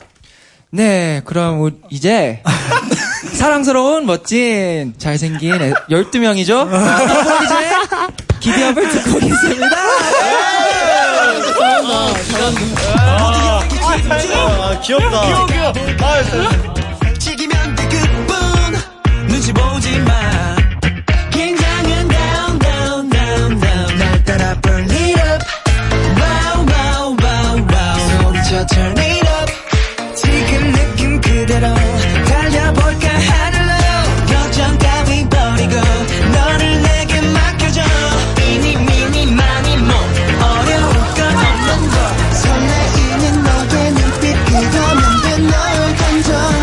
네, 그럼 우- 이제 사랑스러운 멋진 잘생긴 애- 12명이죠? 이제 기대업을 듣고 계십니다.
아, 귀엽다. 귀여워, 귀여워. 아, 튀기면 돼, 그뿐. 눈치 보지 마. 긴장은 down, down, down, down. 날 따라 burn it up. Wow, wow, wow, wow. 소리쳐 turn it up. 지금 느낌 그대로 달려볼까 하늘로. 걱정 따위 버리고 너를 내게 맡겨줘. 미니, 미니, 많이 뭐 어려울 건 없는 걸. 설레이는 너의 눈빛 그거면 돼 너의 감정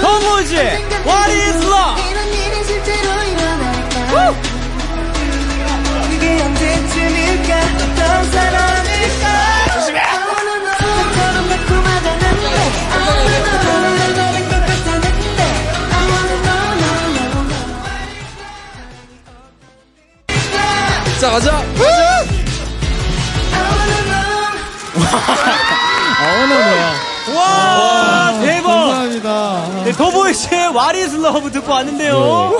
무무지 What is love?
이런 일이 실제로 일어날까? 그게 언제쯤일까? 어떤 사람일까? 조심해! 처럼 달콤하다 는데 I wanna know 너를 다른 것 같아 는데 I wanna know know know
자 가자.
와,
와,
대박!
감사합니다.
네, 더보이즈의 What is love 듣고 왔는데요.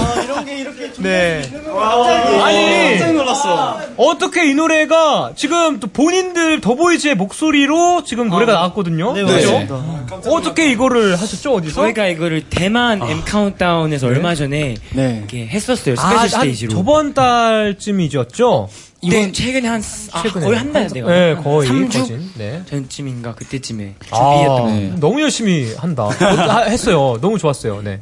네. 아니,
깜짝 놀랐어.
어떻게 이 노래가 지금 또 본인들 더보이즈의 목소리로 지금 노래가 나왔거든요.
네, 맞습니다.
어떻게 이거를 하셨죠? 어디서?
저희가 이거를 대만 M 카운트다운에서 얼마 전에 이렇게 했었어요. 스페셜
아, 한
스테이지로.
저번 달쯤이었죠?
이번 최근에 한 아, 거의 한 달 돼요.
네, 거의.
3주
거진. 네.
전쯤인가 그때쯤에
아,
준비했던 거.
너무 열심히 한다. 어, 하- 했어요. 너무 좋았어요. 네.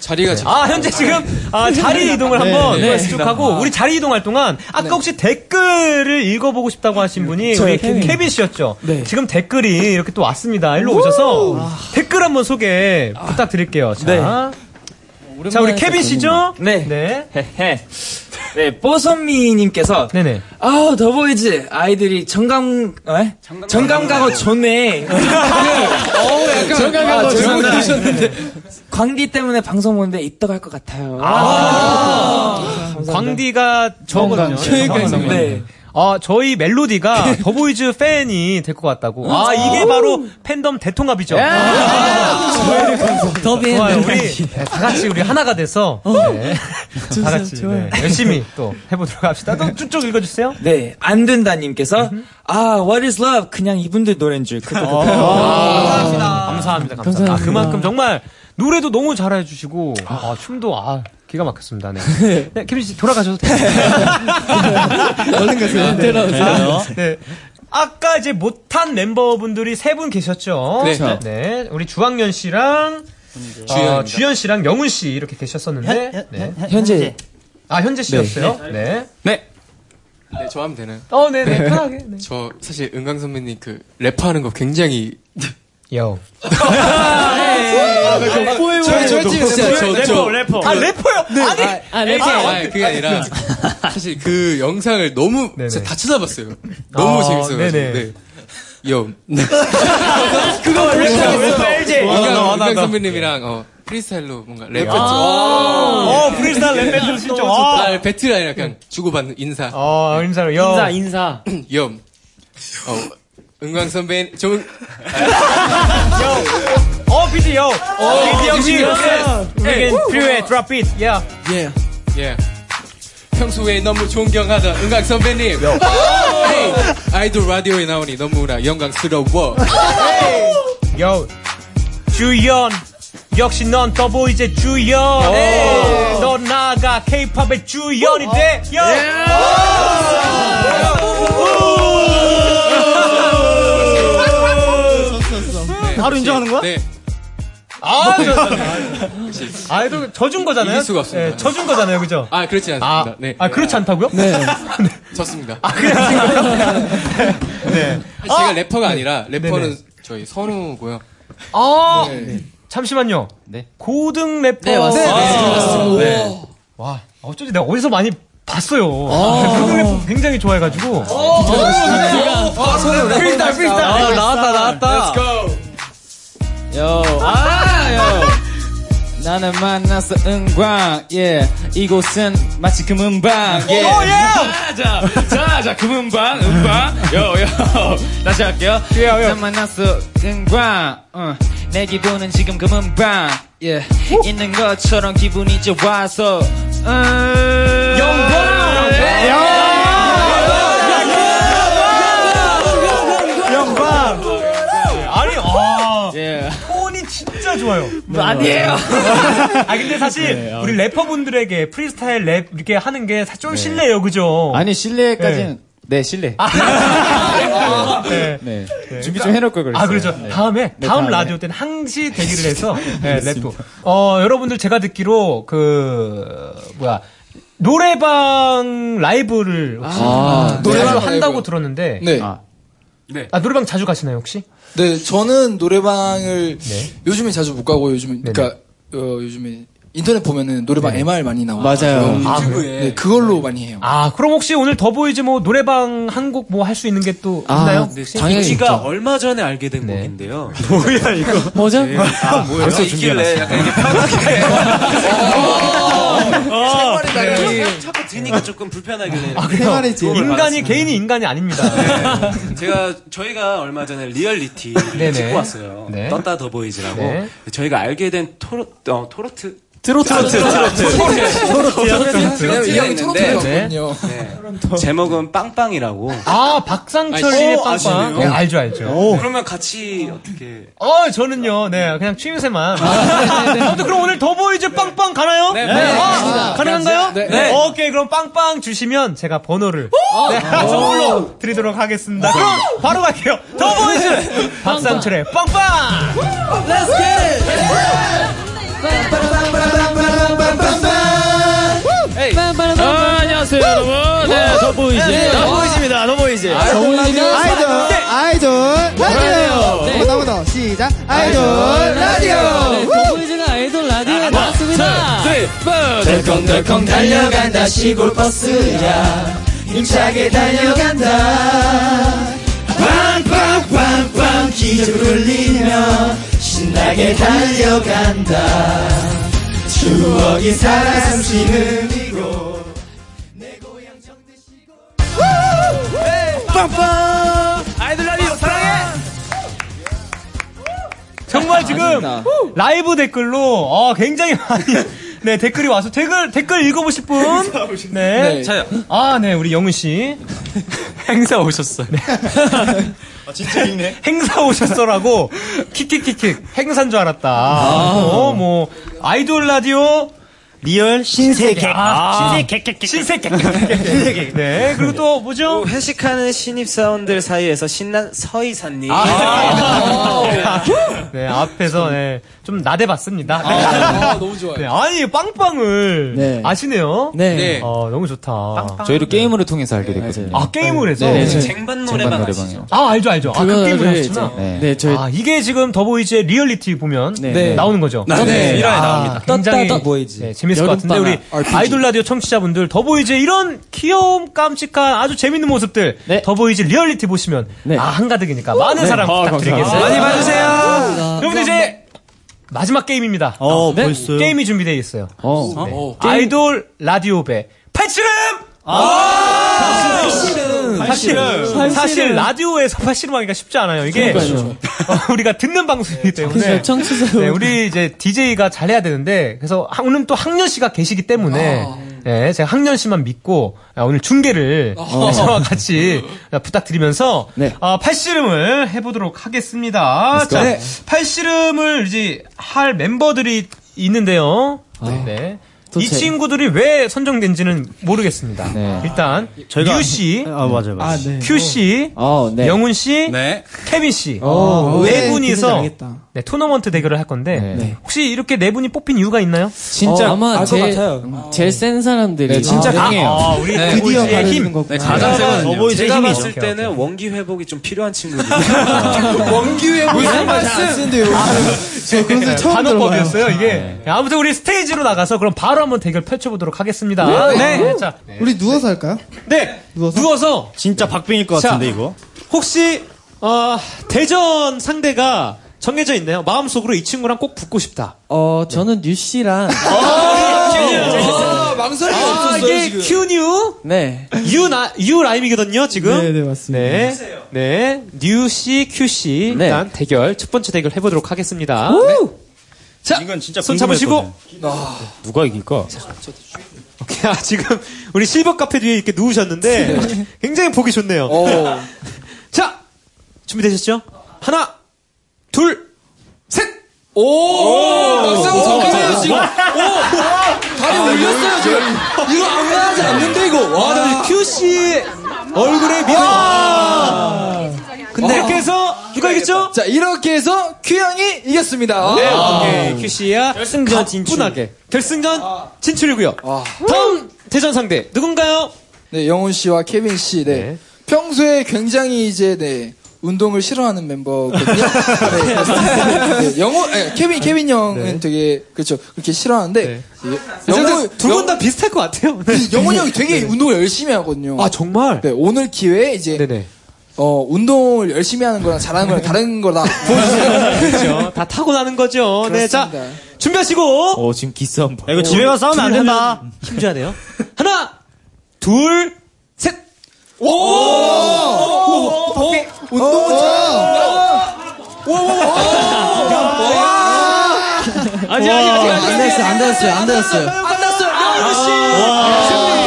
자리가
네. 아 현재 지금 아, 자리 이동을
네,
한번
네.
쭉 하고 우리 자리 이동할 동안 아까 그 혹시 댓글을 읽어보고 싶다고 하신 분이
네. 저요,
우리
케빈. 네.
케빈 씨였죠. 지금 댓글이 이렇게 또 왔습니다. 일로 오셔서
아.
댓글 한번 소개 부탁드릴게요.
네.
자, 자 우리 케빈 씨죠?
네. 네. 네, 뽀선미님께서.
네네.
아우, 더보이즈. 아이들이 정감, 에? 정감 가고 좋네. <laughs> 어우, 약간.
정감 가고
아, 죄송합니다.
좋네.
드셨는데. 광디 때문에 방송 보는데 이따 갈것 같아요.
광디가 저거든요.
최근에.
네. 아, 저희 멜로디가 더보이즈 팬이 될 것 같다고. 아, 예. 이게 바로 팬덤 대통합이죠. 아,
더비
좋아요.
앤
우리 네, 다 같이 우리 하나가 돼서 네. 다 같이 네. 열심히 또 해보도록 합시다. 또 쭉쭉 읽어주세요.
네, 안 된다님께서. 아, what is love? 그냥 이분들 노래인 줄. 크크크.
아. 감사합니다. 감사합니다. 감사합니다. 아, 그만큼 정말 노래도 너무 잘해주시고 아, 춤도 아 기가 막혔습니다. 네, 네 케빈 씨 돌아가셔도 돼요.
네.
얼른 가세요. 돌아오세요.
네. 아까 이제 못한 멤버분들이 세 분 계셨죠.
네. 그렇죠.
네, 우리 주학년 씨랑
주현입니다.
어, 주현 씨랑 영훈 씨 이렇게 계셨었는데
현-
네.
현- 현재.
아 현재 씨였어요. 네.
네. 네, 저 하면 되나요?
어, 네, 네, 편하게. 네.
저 사실 은강 선배님 그 랩하는 거 굉장히
요.
저희
네.
저희 팀 진짜 저- 저-
아 래퍼요? 아니, 네.
아니, 아니, 그게 아니라 사실 그 영상을 너무 진짜 다 찾아봤어요. 너무
아,
재밌어요.
네네.
네. 뭐, 요.
그거 원래 다 했어.
알지?
와, 나, 나, 나,
은강
나.
선배님이랑 어, 프리스타일로 뭔가 랩 배틀.
어,
네.
프리스타일 랩 배틀 진짜, 와.
아, 배틀 아니라 그냥 주고받는 인사.
어, 인사로 요. 인사, 인사.
요. 어, 은광 선배님, 저, 은-
어, 비디 요. 비디 형 씨. 네.
비디 형. 네.
우리겐
우.
필요해. 드랍 빛. 야.
예. 예. 평소에 너무 존경하던 은광 선배님. 헤이, 아이돌 라디오에 나오니 너무나 영광스러워.
요. 주연. 역시 넌 더보이즈의 주연. 에이, 너 나가 케이팝의 주연이 돼. 요.
예.
바로 인정하는 거야?
네.
아, 아, 이거 져준 거잖아요.
이길 수가 없습니다.
예, 져준 거잖아요, 그죠?
아, 그렇지 않습니다.
아,
네.
아, 그렇지 않다고요? 아,
네.
<laughs>
졌습니다. <laughs>
네.
제가
아!
래퍼가 아니라
네.
래퍼는
네네.
저희 선우고요.
아,
네.
잠시만요.
네.
고등 래퍼. 아.
네, 맞습니다. 네, 맞습니다.
네. 와, 어쩐지 내가 어디서 많이 봤어요.
아.
고등 래퍼 굉장히 좋아해가지고.
아,
어,
손에 올라.
프리스타일, 프리스타일.
아, 나왔다,
나왔다.
요, 아, 요. 나는 만났어, 은광, 예. 이곳은 마치 금은방, 예.
오, 예!
자, 자, 자, 그 자, 금은방, 은방. 요, 요. 다시 할게요. 요, 요. 난 만났어, 은광, 응. 내 기분은 지금 금은방, 예. 있는 것처럼 기분이 좋아서, 어. 음. 영광!
영광. 네, 아니, 아.
예.
톤이 진짜 좋아요.
아니에요.
<laughs> 아, 근데 사실 우리 래퍼분들에게 프리스타일 랩 이렇게 하는 게 좀 실례예요, 그죠?
아니, 실례까지는, 네, 실례.
네.
네.
네.
준비 좀 해놓을 걸 그랬어요.
아, 그렇죠.
네.
다음에,
네,
다음
다음에.
라디오 때는 항시 대기를 해서, 네,
알겠습니다.
랩도. 어, 여러분들 제가 듣기로, 그, 뭐야, 노래방 라이브를 혹시
아,
노래방
노래방
한다고
라이브.
들었는데.
네.
아, 아, 노래방 자주 가시나요, 혹시?
네, 저는 노래방을 요즘에 자주 못 가고 요즘 그러니까 어, 요즘에 인터넷 보면은 노래방 MR 많이 나오고
맞아요.
그런
아,
유튜브에 네, 그걸로 많이 해요.
아, 그럼 혹시 오늘 더보이즈 뭐 노래방 한 곡 뭐 할 수 있는 게 또
아,
있나요?
네,
당연히 제가 얼마 전에 알게 된 곡인데요.
뭐야 이거?
뭐죠?
네. 아, 뭐예요?
벌써
있길래 약간 이게 어.
생활이
편하게 자꾸 드니까 조금 불편하길래
아, 그래요? 인간이 개인이 인간이 아닙니다.
제가 저희가 얼마 전에 리얼리티
네네.
를 찍고 왔어요.
네.
떴다 더보이즈라고
네.
저희가 알게 된 토로 어, 토로트
트로트. 트로트. 트로트요? 트로트요? 이
네,
형이
네.
트로트였군요.
네. 제목은 빵빵이라고.
아, 박상철 씨의
오,
빵빵.
어, 아시네요. 어?
네, 알죠, 알죠.
오. 그러면 같이 어떻게
어, 저는요, 네, 그냥
아,
취임새만. 아무튼 그럼 오늘 더보이즈 빵빵 가나요?
네, 네,
아,
갑시다.
가능한가요?
네. 네.
오케이, 그럼 빵빵 주시면 제가 번호를 네,
오! 아, 네.
선물로 드리도록 하겠습니다. 그럼 바로 갈게요. 더보이즈! 박상철의 빵빵!
Let's get it!
아, 안녕하세요, 여러분. 네, 더보이즈입니다.
더보이즈입니다,
더보이즈.
아이돌
네.
아이돌 라디오
네.
보다 보다 시작 아이돌
네.
라디오
더보이즈가 아이돌 라디오에 나왔습니다.
덜컹덜컹 달려간다 시골 버스야 힘차게 달려간다 빵빵빵빵 기적을 울리며 신나게 달려간다 추억이 살아 숨쉬는 이곳
빵빵! 아이돌 라디오 사랑해! 정말 지금 라이브 댓글로 어, 굉장히 많이 <laughs> 네 댓글이 와서 댓글 댓글 읽어보실 분. 네.
네. 자요.
아, 네 우리 영은 씨 <laughs> 행사 오셨어요.
<laughs> 아, 진짜 있네.
<laughs> 행사 오셨어라고 킥킥킥킥 행사인 줄 알았다. 어, 뭐 아이돌 라디오 리얼 아. 신세계
신세계.
신세계 신세계 네 그리고 또 뭐죠?
회식하는 신입사원들 사이에서 신난 서이사님.
아.
네 앞에서 네, 좀 나대봤습니다.
너무 좋아요.
네, 아니 빵빵을 아시네요.
네. 네.
어, 너무 좋다. 네.
저희도 게임으로 통해서 알게 됐거든요.
아 게임을 해서
네, 네.
쟁반
노래방
아시죠? 아 알죠 알죠. 아, 그
그거를
게임을 하셨구나.
이제, 네.
네, 저희... 아 이게 지금 더보이즈의 리얼리티 보면
네.
나오는 거죠.
네, 네.
아,
일화에 나옵니다.
굉장히
떴다,
더보이즈. 네, 재밌을 것 같은데 우리
여름방학 RPG.
아이돌 라디오 청취자분들 더보이즈의 이런 귀여움 깜찍한 아주 재밌는 모습들
네.
더보이즈 리얼리티 보시면 아 한가득이니까 많은
네.
사랑
아,
네,
부탁드리겠습니다.
감사합니다. 많이 봐주세요.
여러분 들 이제 마지막 게임입니다. 네?
어, 벌써요?
게임이 준비되어 있어요.
어.
네.
어.
아이돌 라디오 배 팔씨름! 아!
팔씨름!
팔씨름!
팔씨름.
사실 라디오에서 팔씨름 하기가 쉽지 않아요. 이게
그러니까요.
어, <laughs> 우리가 듣는 방송이기 때문에
그렇죠. 청취자
네, 우리 이제 DJ가 잘해야 되는데 그래서 하- 오늘 또 학년 씨가 계시기 때문에
아.
네, 제가 학년 씨만 믿고 아, 오늘 중계를
어.
저와 <laughs> 같이 부탁드리면서 아, 팔씨름을 해보도록 하겠습니다.
네. Let's go.
자,
네.
팔씨름을 이제 할 멤버들이 있는데요.
아.
네.
또
이
제-
친구들이 왜 선정된지는 모르겠습니다.
네.
일단
저희가-
유 씨,
아, 맞아요, 맞아요. 아, 네.
큐 씨,
어, 네.
영훈 씨, 케빈 씨,
어,
네
왜
분이서
그런지
네, 토너먼트 대결을 할 건데 혹시 이렇게 네 분이 뽑힌 이유가 있나요?
어, 아마 제일, 제일 센 사람들이.
아, 아, 우리 드디어 힘.
네, 가장 세거든요.
더보이즈의
제가
힘이죠.
봤을
오케이, 오케이.
때는 네, 원기 회복이 좀 필요한 친구들.
원기 회복. 무슨 말씀? 아,
저 그런 소리 처음
단어법이었어요 이게. 네, 아무튼 우리 스테이지로 나가서 그럼 바로 한번 대결 펼쳐보도록 하겠습니다.
네.
자,
우리 누워서 할까요?
네. 누워서.
진짜 박빙일 것
자.
같은데 이거.
혹시 어, 대전 상대가 정해져 있나요? 마음속으로 이 친구랑 꼭 붙고 싶다.
어, 저는 뉴 씨랑.
아, 망설임 아, 이게 큐뉴
네.
유, 나, 유 라임이거든요, 지금.
네, 네, 맞습니다.
네. 네. 뉴 씨, 큐 씨.
네.
일단 대결, 첫 번째 대결 해보도록 하겠습니다. 자, 이건 진짜 손 잡으시고. <laughs>
누가 이길까?
오케이, 아, 지금 우리 실버 카페 뒤에 이렇게
네.
누우셨는데 굉장히 보기 좋네요. <laughs> 자, 준비되셨죠? 하나, 둘, 셋! 오!
박수! 박수!
다리 올렸어요, 지금. 이거 아무나 하지 않는데, 이거. 와, 아, 근데 큐씨 얼굴에 미소.
아! 어.
근데 이렇게 해서 누가 이겼죠?
자 이렇게 해서 큐 형이 이겼습니다. 아.
네,
아.
오케이. 큐씨야. 결승전 진출. 분하게. 결승전 진출이고요. 다음 대전 상대 누군가요?
네 영훈 씨와 케빈 씨. 네. 평소에 굉장히 이제 네 운동을 싫어하는 멤버거든요. 네, 그래서- 네, 영호, 아니, 케빈, 케빈 형은 되게, 그렇죠. 그렇게 싫어하는데. 예,
아,
영호,
<laughs>
둘분 다 비슷할 것 같아요. 네.
영호 형이 되게
네.
운동을 열심히 하거든요. 아,
정말?
네, 오늘 기회에 이제. 어, 운동을 열심히 하는 거랑 잘하는 거랑 다른
<laughs>
거다.
그렇죠. 다 타고나는 거죠. 네, 자,
그렇습니다.
준비하시고.
어 지금 기스 한 번.
이거
집에 가서 싸우면 안 된다.
힘줘야 돼요. <laughs> 하나, 둘, 셋. 오!
운동은
아직, 아직, 아직, 아직. 아,
안 됐어요, 안 됐어요, 안 됐어요.
안 났어요. 영호 씨.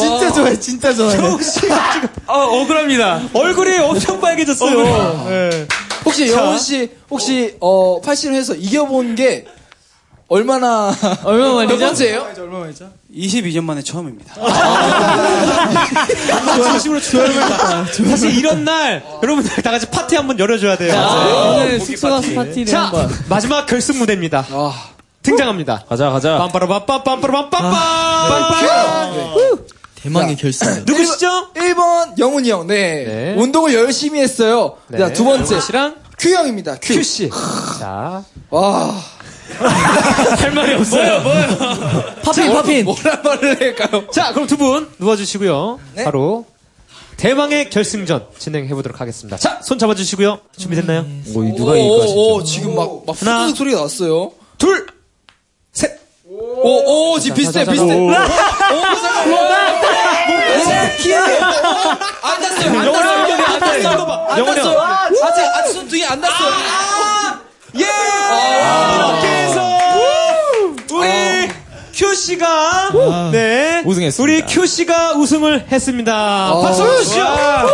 진짜 좋아해, 진짜 좋아해.
어, 억울합니다. 얼굴이 엄청 빨개졌어요.
혹시
자.
영훈 씨 혹시 어 팔씨름해서 이겨본 게 얼마나
얼마
몇 번째예요?
얼마 만이죠? 22년 만에 처음입니다.
진심으로 축하드립니다. 사실 이런 날 여러분들 다 같이 파티 한번 열어줘야 돼요.
맞아요. 오늘 숙소 가서 파티를
자,
한번.
마지막 결승 무대입니다. 등장합니다.
가자 가자.
아. 빰빠라밤빰 빰빠라밤빰빰. 아. 네.
대망의 결승.
누구시죠?
1번 영훈이 형. 네. 운동을 열심히 했어요.
네.
자, 두 번째.
영훈 씨랑
큐 형입니다. 큐.
씨. 자.
와.
<laughs> 할 말이
없어요.
뭐요,
자, 뭐라 <laughs> 말을 할까요?
자, 그럼 두 분 누워주시고요.
네.
바로 대망의 결승전 진행해 보도록 하겠습니다. 자, 손 잡아주시고요. 준비됐나요? 오,
오, 오, 오, 지금 막, 막 후두둑 소리가 났어요.
둘,
셋. 오, 오, 지금 비슷해, 비슷해. 오, 오, 안 났어요, 안 났어요. 안 났어요. 안
영원히
났어요. 아직, 아직 손 등이 안 났어요.
이렇게 해서 우리 큐 씨가 네
아. 우승했습니다. 어.
우리 큐 씨가 우승을 했습니다. 박수 주시죠.
와.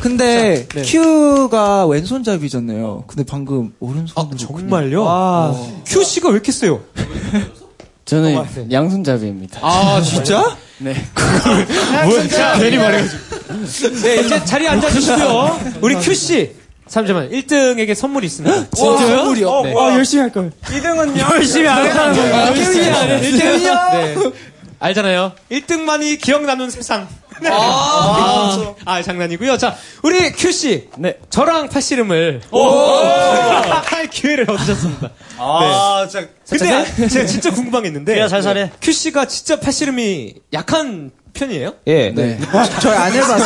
근데
어, 자, 네.
큐가 왼손잡이잖아요. 근데 방금 오른손 아,
정말요?
아,
큐 씨가 왜 이렇게 세요?
어,
저는 양손잡이입니다.
아, 진짜?
<laughs> 네.
뭐야? 자, 괜히 말해가지고. 네 이제 자리에 앉아 주시고요. 우리
아,
큐 씨. 잠시만 1등에게 선물이 있습니다.
진짜요? 어,
네.
와, 열심히 할 걸. 2등은요?
열심히 안 하는 건가요?
열심히 안 네. 해.
열심히 안 해. 알잖아요. 1등만이 기억 남는 세상. 네. 아, 아, 장난이고요. 자, 우리 큐 씨. 네. 저랑 팔씨름을 할 기회를 얻으셨습니다. 네.
아, 진짜.
근데 제가 진짜 궁금한 게 있는데.
야, 잘 살해.
큐 씨가 진짜 팔씨름이 약한 편이에요?
예.
네.
저희 안 해봤어.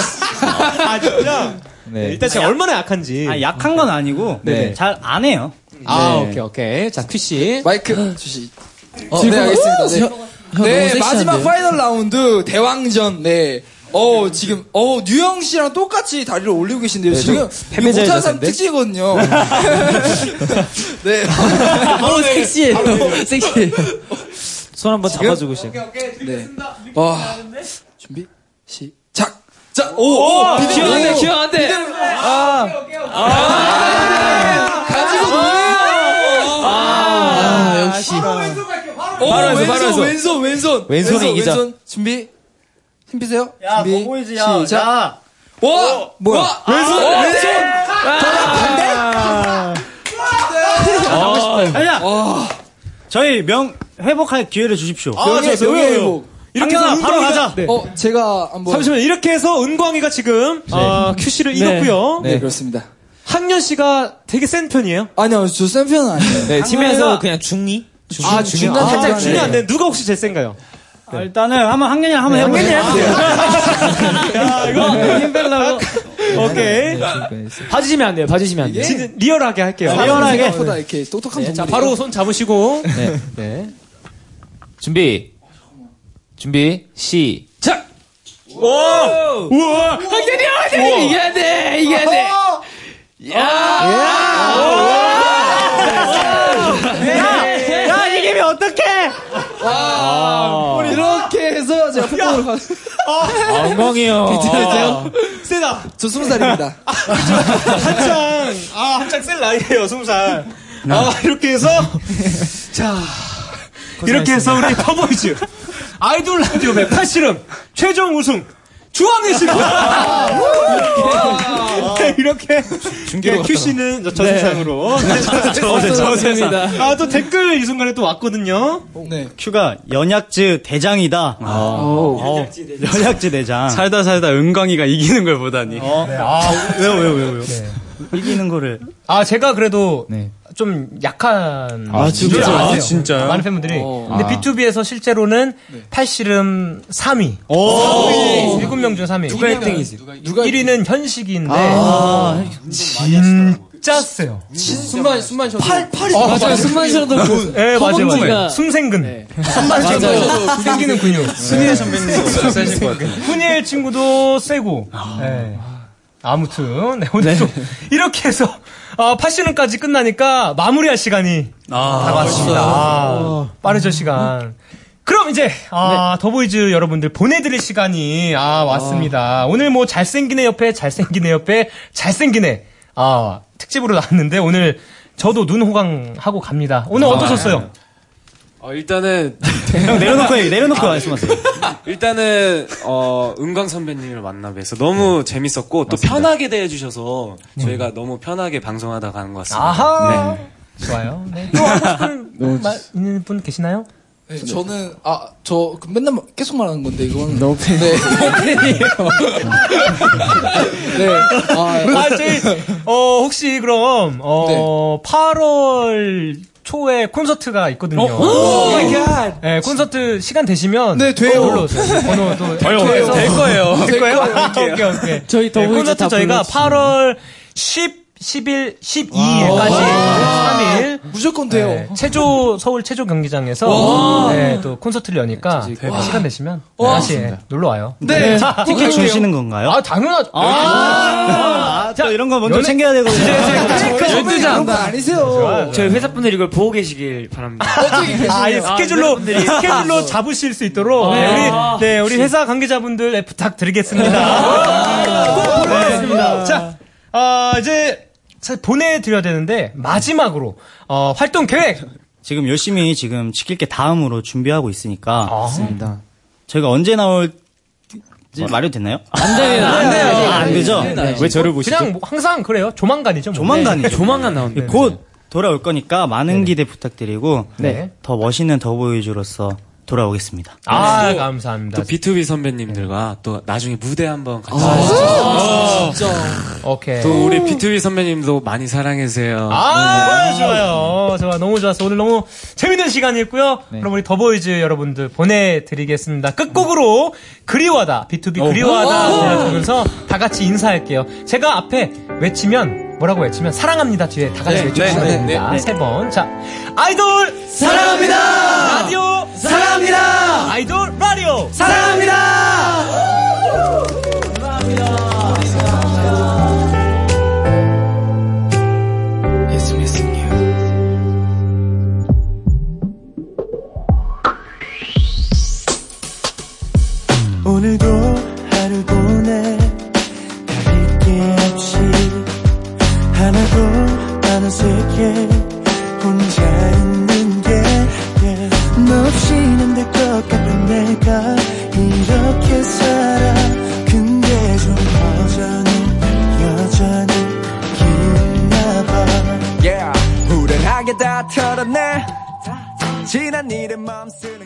아, 진짜? 네, 일단 제가 얼마나 약한지.
아, 약한 건 아니고
네.
잘 안 해요.
아,
네.
오케이, 오케이. 자, 큐씨.
마이크 주시.
어,
네,
지금-
알겠습니다.
오,
네.
형, 형
네,
너무
마지막
섹시한데.
파이널 라운드 대왕전. 네. 어 지금 어 뉴영 씨랑 똑같이 다리를 올리고 계신데요.
네,
지금
좀
이거 못하는 사람
패배자이셨는데?
특징이거든요. 네.
어, 섹시해.
네.
네.
바로
섹시해.
손 한번
지금?
잡아주고 싶.
네. 와. 준비 시작. 자, 오, 오,
기억 안 돼, 기억
안 돼. 아, 가지고 노래요.
아,
역시.
바로 왼손 갈게요, 바로 왼손.
어, 왼손, 왼손.
왼손이
왼손,
이기자.
왼손. 준비. 힘피세요.
야,
준비.
뭐 보이지, 야,
시작. 어,
야.
어?
와, 네. 뭐야? 왼손, 왼손.
아, 아니야.
어,
저희 명 회복할 기회를 주십시오.
명예, 명예 회복.
이렇게
강렬한
해서 바로
운동이다.
가자. 네.
어, 제가 한번.
잠시만, 이렇게 해서 은광이가 지금, 아, 큐씨를
네.
이겼고요.
네, 그렇습니다.
학년 씨가 되게 센 편이에요?
아니요, 저 센 편은 아니에요.
네, 팀에서
강렬한-
그냥 중립.
아,
중립.
중간
아,
살짝
네.
중요한데 누가 혹시 제일 센가요?
아, 일단은 한번 학년이랑 한번
네,
해보세요. 아, 네,
야, 네, 이거 힘들라고.
네,
오케이.
봐주시면 안 돼요. 봐주시면
예?
안 돼요.
진짜 리얼하게 할게요.
아,
리얼하게. 생각보다 이렇게 똑똑한
네, 자,
동물이에요.
바로 손 잡으시고.
네. 준비. 준비. 시작.
우와!
이겨야
돼!
이겨야
돼! 이겨야 돼!
야, 야, 이기면 어떡해!
와, 이렇게 해서 제가 폭풍을 받
아, 엉망이요. 아.
괜찮으세요?
세다.
저 스무 <laughs> 살입니다.
한창, 아, 한창 셀 나이에요, 스무 살. 아, 이렇게 해서, 자, 이렇게 해서 우리 퍼보이즈 아이돌 라디오 1 8 0름 최종 우승 주황의 신부. 이렇게, 이렇게
중계로
네,
갔다가.
큐 씨는 저, 저
네.
세상으로 네,
저- 저- 저- 저 세상.
아또 댓글 이 순간에 또 왔거든요. 네.
큐가 연약즈 대장이다.
아.
어. 연약즈 대장.
살다 살다 은광이가 이기는 걸 보다니.
왜요, 왜요, 왜요, 왜요? 이기는 거를.
아 제가 그래도 좀 약한
아, 진짜?
줄 아세요. 네.
아, 진짜요?
많은 팬분들이 근데
아.
B2B에서 실제로는
네.
팔씨름 3위 7명 중 3위
누가 1등이지?
1위는 현식인데
아,
진짜 세요
숨만 숨만 쉬어도 팔
팔이 맞아요. 숨만 쉬어도 그
예 맞아요 맞아요.
허벅지가- 숨생근
네. 숨만 쉬어도
생기는 근육 네.
스미야 선배님도 세실 것 같아요.
후니엘 친구도 세고 네. 아무튼 <laughs> 네, 오늘 도 이렇게 해서 아, 8시는까지 끝나니까 마무리할 시간이 다가왔습니다. 아, 빠르죠 시간. 그럼 이제 아, 더보이즈 여러분들 보내드릴 시간이 아, 왔습니다. 오늘 뭐 잘생기네 옆에 잘생기네 옆에 잘생기네 아, 특집으로 나왔는데 오늘 저도 눈 호강하고 갑니다. 오늘
아,
어떠셨어요?
어, 일단은
<laughs> 형, 내려놓고 얘기, 내려놓고 말씀하세요.
일단은 어, 은광 선배님을 만나 뵈서 너무
네.
재밌었고 또 편하게 대해 주셔서
음.
저희가 너무 편하게 방송하다 가는 것 같습니다.
아하.
네.
좋아요. <laughs> 네. 또 하고 싶은 말 있는 분 계시나요?
네, 저는 아 저 맨날 마- 계속 말하는 건데 이건
너무 팬.
네. <laughs> 네. 아,
<laughs> 아, 저희, 어, 혹시 그럼, 어, 8월 초에 콘서트가 있거든요.
어? 오 마이 갓.
네, 콘서트 시간 되시면. 네,
돼요.
번호 또.
돼요.
해서-
될 거예요.
될 거예요?
될 거예요.
오케이, 오케이. 네,
저희 더보이즈
콘서트
다
저희가
불러주시면.
8월 10, 11, 12일까지 3일.
무조건 돼요.
체조, 서울 체조 경기장에서.
와.
네, 또 콘서트를 여니까.
대박.
시간 되시면.
와.
다시 놀러 와요.
네, 꼭 티켓 갈게요. 주시는 건가요?
아, 당연하죠.
아, 자, 이런 거 먼저
연애-
챙겨야 되고.
그런 거 아니세요.
저희 회사분들이 이걸 보고 계시길 바랍니다.
아, 이 <laughs> 스케줄로
회사분들이.
스케줄로 잡으실 수 있도록
아.
네, 우리 네 우리 회사 관계자분들 네, 부탁드리겠습니다. 꼭 보내드리겠습니다. 자, 아, 이제 자, 보내드려야 되는데 마지막으로 어, 활동 계획
지금 열심히 지금 지킬 게 다음으로 준비하고 있으니까.
아,
맞습니다.
저희가 언제 나올지
아.
말해도 되나요?
안
돼요. 안 돼요.
돼요. 네.
아, 안 되죠? 왜 저를 보시죠?
그냥 뭐 항상 그래요. 조만간이죠. 뭐.
조만간이죠.
네.
곧 돌아올 거니까 많은 기대 부탁드리고
네.
더 멋있는 더보이즈로서 돌아오겠습니다.
아, 감사합니다.
또 B2B 선배님들과 또 나중에 무대 한번 같이.
아,
하시죠.
오케이.
또 우리 B2B 선배님도 많이 사랑해
음.
주세요.
아, 좋아요. 좋아. 너무 좋았어. 오늘 너무 재밌는 시간이었고요.
네.
그럼 우리 더보이즈 여러분들 보내드리겠습니다. 끝곡으로 그리워하다, B2B 그리워하다
어. 오.
들려주면서 다 같이 인사할게요. 제가 앞에 외치면, 뭐라고 외치면, 사랑합니다 뒤에 다 같이
네,
외쳐주시면
네,
됩니다.
네, 네.
세 번. 자, 아이돌!
사랑합니다.
라디오!
사랑합니다.
아이돌! 라디오!
It's missing you. 오늘도 하루 보내 가릴 게 없이 하나도 안 어색해 혼자 있는 게너 없이는 될 것 같던 내가 이렇게 살아 근데 좀 여전히 여전히 기나봐
Oh, Yeah, 후련하게 다 털어내 지난 일에 맘 쓰는